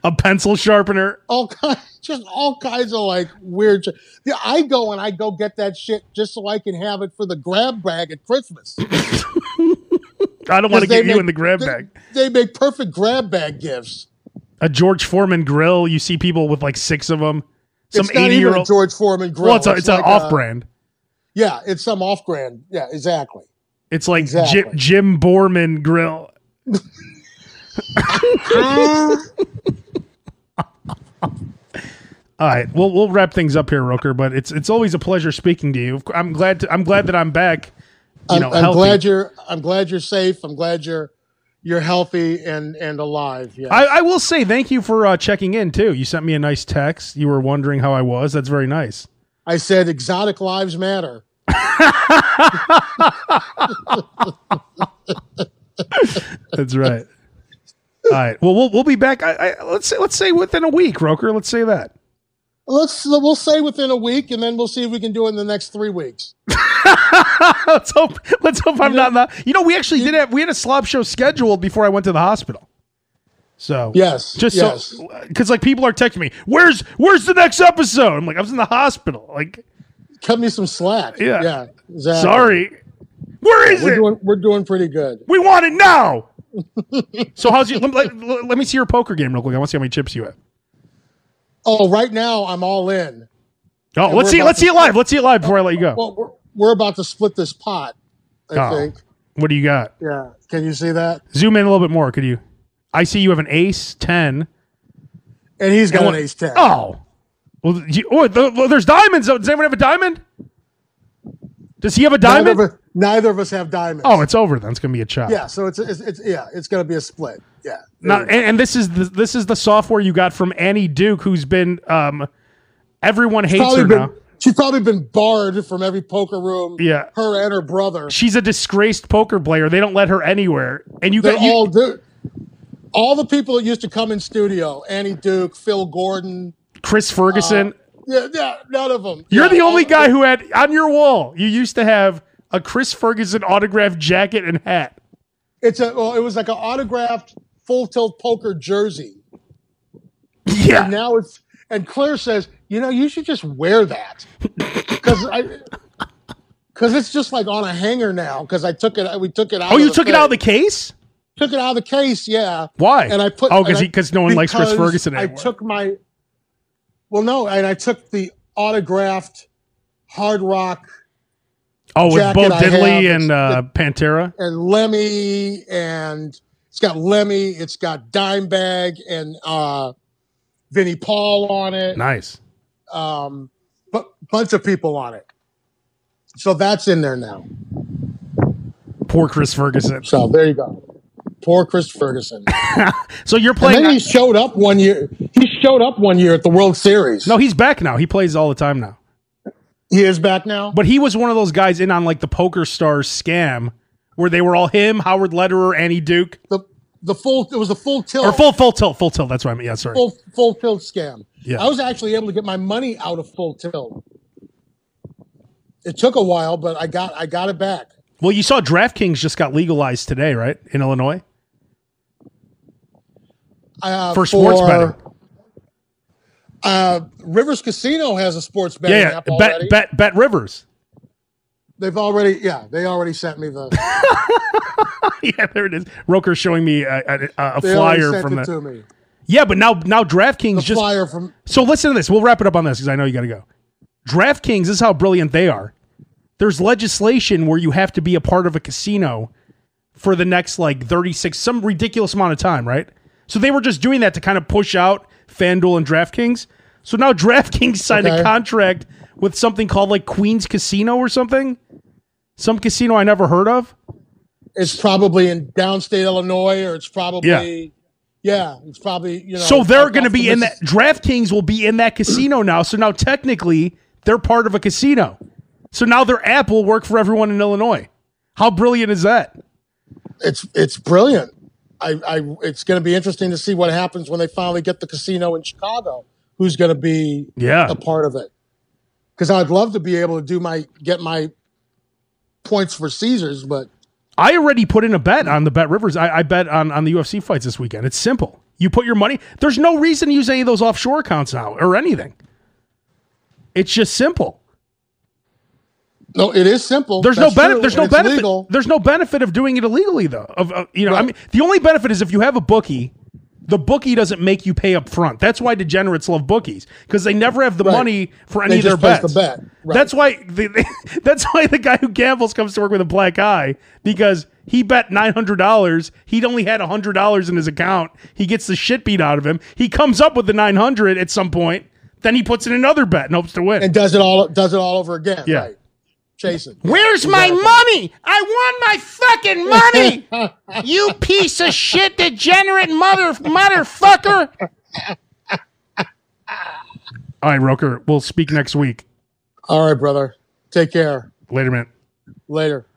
Speaker 1: a pencil sharpener.
Speaker 2: all kinds, just all kinds of like weird. Sh- yeah, I go and I go get that shit just so I can have it for the grab bag
Speaker 1: [laughs]
Speaker 2: at Christmas.
Speaker 1: I don't want to
Speaker 2: 'Cause they
Speaker 1: get you
Speaker 2: make-
Speaker 1: in the grab
Speaker 2: they-
Speaker 1: bag.
Speaker 2: They make perfect grab bag gifts.
Speaker 1: A George Foreman grill. You see people with like six of them. Some
Speaker 2: it's not
Speaker 1: eighty
Speaker 2: even
Speaker 1: year
Speaker 2: a
Speaker 1: old.
Speaker 2: George Foreman grill.
Speaker 1: Well, it's, a, it's an
Speaker 2: like
Speaker 1: off brand.
Speaker 2: Yeah, it's some off brand. Yeah, exactly.
Speaker 1: It's like Jim,
Speaker 2: Exactly.
Speaker 1: Jim Borman grill. [laughs] All right, we'll we'll wrap things up here, Roker. But it's it's always a pleasure speaking to you. Of cour- I'm glad to, I'm glad that I'm back. You
Speaker 2: I'm,
Speaker 1: know,
Speaker 2: I'm
Speaker 1: healthy.
Speaker 2: glad you're. I'm glad you're safe. I'm glad you're you're healthy and and alive. Yeah.
Speaker 1: I, I will say thank you for uh, checking in too. You sent me a nice text. You were wondering how I was. That's very nice.
Speaker 2: I said exotic lives matter.
Speaker 1: That's right. All right. Well, we'll we'll be back. I, I, let's say let's say within a week, Roker. Let's say that. [laughs]
Speaker 2: Let's we'll say within a week, and then we'll see if we can do it in the next three weeks.
Speaker 1: let's hope. Let's hope I'm not. in The, you know, we actually did have we had a slop show scheduled before I went to the hospital. So
Speaker 2: Yes,
Speaker 1: just
Speaker 2: yes.
Speaker 1: so because like people are texting me, where's where's the next episode? I'm like, I was in the hospital. Like,
Speaker 2: Cut me some slack.
Speaker 1: Yeah.
Speaker 2: yeah. Exactly.
Speaker 1: sorry, where is
Speaker 2: we're
Speaker 1: it?
Speaker 2: doing we're doing pretty good.
Speaker 1: we want it
Speaker 2: [laughs]
Speaker 1: now. so how's you? Let, let- let me see your poker game real quick. I want to see how many chips you have.
Speaker 2: Oh, right now I'm all in.
Speaker 1: Oh, let's
Speaker 2: we're
Speaker 1: see.
Speaker 2: about
Speaker 1: Let's
Speaker 2: to-
Speaker 1: see it live. Let's see it live before I let you go.
Speaker 2: Well, we're, we're about to split this pot. I
Speaker 1: Oh.
Speaker 2: think.
Speaker 1: what do you got?
Speaker 2: Yeah. Can you see that?
Speaker 1: Zoom in a little bit more. Could you? I see you have an ace ten.
Speaker 2: And he's got
Speaker 1: And
Speaker 2: an
Speaker 1: what-
Speaker 2: ace ten.
Speaker 1: Oh, well, you, oh, th- well, there's diamonds. though. Does anyone have a diamond? Does he have a
Speaker 2: Neither
Speaker 1: diamond?
Speaker 2: of, us, neither of us have diamonds.
Speaker 1: oh, it's over. Then it's gonna be a chop.
Speaker 2: yeah. So it's, it's it's yeah. It's gonna be a split. Yeah.
Speaker 1: Not, and, and this is the, this is the software you got from Annie Duke, who's been um, everyone hates
Speaker 2: probably
Speaker 1: her
Speaker 2: been,
Speaker 1: now.
Speaker 2: She's probably been barred from every poker room.
Speaker 1: Yeah.
Speaker 2: Her and her brother.
Speaker 1: She's a disgraced poker player. They don't let her anywhere. And you
Speaker 2: They
Speaker 1: got you,
Speaker 2: all do. All the people that used to come in studio, Annie Duke, Phil Gordon,
Speaker 1: Chris Ferguson.
Speaker 2: yeah, yeah none of them.
Speaker 1: You're
Speaker 2: Uh, Yeah,
Speaker 1: the only
Speaker 2: all-
Speaker 1: guy who had on your wall. You used to have a Chris Ferguson autographed jacket and hat.
Speaker 2: It's a. Well, it was like an autographed full tilt poker jersey.
Speaker 1: Yeah,
Speaker 2: Now it's and Claire says, you know, you should just
Speaker 1: [laughs]
Speaker 2: wear that because I. Because it's just like on a hanger now. Because I took it, we took it out.
Speaker 1: Oh,
Speaker 2: of
Speaker 1: you
Speaker 2: the
Speaker 1: took it
Speaker 2: thing.
Speaker 1: out of the case?
Speaker 2: took it out of the case. Yeah.
Speaker 1: Why?
Speaker 2: And I put
Speaker 1: oh, because
Speaker 2: and I-
Speaker 1: because no one likes Chris
Speaker 2: because
Speaker 1: Ferguson
Speaker 2: I
Speaker 1: anymore.
Speaker 2: took my well, no, and I took the autographed Hard Rock
Speaker 1: oh, with
Speaker 2: jacket
Speaker 1: Bo
Speaker 2: I have,
Speaker 1: Diddley
Speaker 2: it's-
Speaker 1: and uh, Pantera.
Speaker 2: and Lemmy, and it's got Lemmy, it's got Dimebag and uh, Vinnie Paul on it,
Speaker 1: Nice.
Speaker 2: um, but bunch of people on it. So that's in there now.
Speaker 1: Poor Chris
Speaker 2: [laughs]
Speaker 1: Ferguson.
Speaker 2: So there you go. Poor
Speaker 1: [laughs]
Speaker 2: Chris Ferguson.
Speaker 1: So you're playing?
Speaker 2: And then he showed up one year. He showed up one year at the World Series.
Speaker 1: no, he's back now. He plays all the time now.
Speaker 2: he is back now.
Speaker 1: But he was one of those guys in on like the Poker Stars scam, where they were all him, Howard Lederer, Annie Duke,
Speaker 2: the the full it was a full tilt
Speaker 1: or full full tilt, full tilt. That's what I mean. Yeah, sorry.
Speaker 2: Oh. full full tilt scam.
Speaker 1: Yeah.
Speaker 2: I was actually able to get my money out of full tilt. It took a while, but I got I got it back.
Speaker 1: Well, you saw DraftKings just got legalized today, right, in Illinois
Speaker 2: Uh,
Speaker 1: for sports betting.
Speaker 2: uh, Rivers Casino has a sports betting
Speaker 1: Yeah,
Speaker 2: app
Speaker 1: yeah.
Speaker 2: already.
Speaker 1: bet bet bet Rivers. [laughs]
Speaker 2: They've already yeah they already sent me the
Speaker 1: yeah, there it is. Roker's showing me a, a, a- a
Speaker 2: they already
Speaker 1: flyer
Speaker 2: sent
Speaker 1: from
Speaker 2: it
Speaker 1: the.
Speaker 2: to me
Speaker 1: Yeah, but now now DraftKings
Speaker 2: the
Speaker 1: just
Speaker 2: flyer from
Speaker 1: So listen to this. We'll wrap it up on this because I know you got to go. DraftKings this is how brilliant they are. There's legislation where you have to be a part of a casino for the next like 36, some ridiculous amount of time, right? So they were just doing that to kind of push out FanDuel and DraftKings. So now [laughs] DraftKings signed a
Speaker 2: Okay.
Speaker 1: contract with something called like Queens Casino or something. Some casino I never heard of.
Speaker 2: it's probably in downstate Illinois or it's probably yeah, it's probably you know
Speaker 1: So they're
Speaker 2: off-
Speaker 1: going to
Speaker 2: off the
Speaker 1: be in
Speaker 2: Missis-
Speaker 1: that. DraftKings will be in that casino now. So now technically they're part of a casino. So now their app will work for everyone in Illinois. How brilliant is that?
Speaker 2: it's it's brilliant. I, I it's going to be interesting to see what happens when they finally get the casino in Chicago. Who's going to be
Speaker 1: Yeah.
Speaker 2: a part of it? Because I'd love to be able to do my get my points for Caesars, but
Speaker 1: I already put in a bet on the Bet Rivers. I, I bet on, on the UFC fights this weekend. It's simple. You put your money. There's no reason to use any of those offshore accounts now or anything. It's just simple.
Speaker 2: No, it is simple.
Speaker 1: There's
Speaker 2: That's
Speaker 1: no benefit.
Speaker 2: true,
Speaker 1: There's no
Speaker 2: and it's
Speaker 1: benefit.
Speaker 2: legal.
Speaker 1: There's no benefit of doing it illegally though. Of uh, you know, I
Speaker 2: Right.
Speaker 1: mean, the only benefit is if you have a bookie, the bookie doesn't make you pay up front. That's why degenerates love bookies because they never have the
Speaker 2: Right.
Speaker 1: money for any
Speaker 2: They
Speaker 1: of their
Speaker 2: just place
Speaker 1: bets.
Speaker 2: the bet. Right.
Speaker 1: That's why. The, [laughs] that's why the guy who gambles comes to work with a black eye because he bet nine hundred dollars. He'd only had hundred dollars in his account. He gets the shit beat out of him. He comes up with the nine hundred at some point. Then he puts in another bet and hopes to win.
Speaker 2: and does it all does it all over again.
Speaker 1: Yeah.
Speaker 2: Right. Chasing.
Speaker 1: Where's my money? I want my fucking [laughs] money! you piece of shit, degenerate mother motherfucker! All right, Roker. We'll speak next week.
Speaker 2: All right, brother. Take care.
Speaker 1: Later, man.
Speaker 2: Later.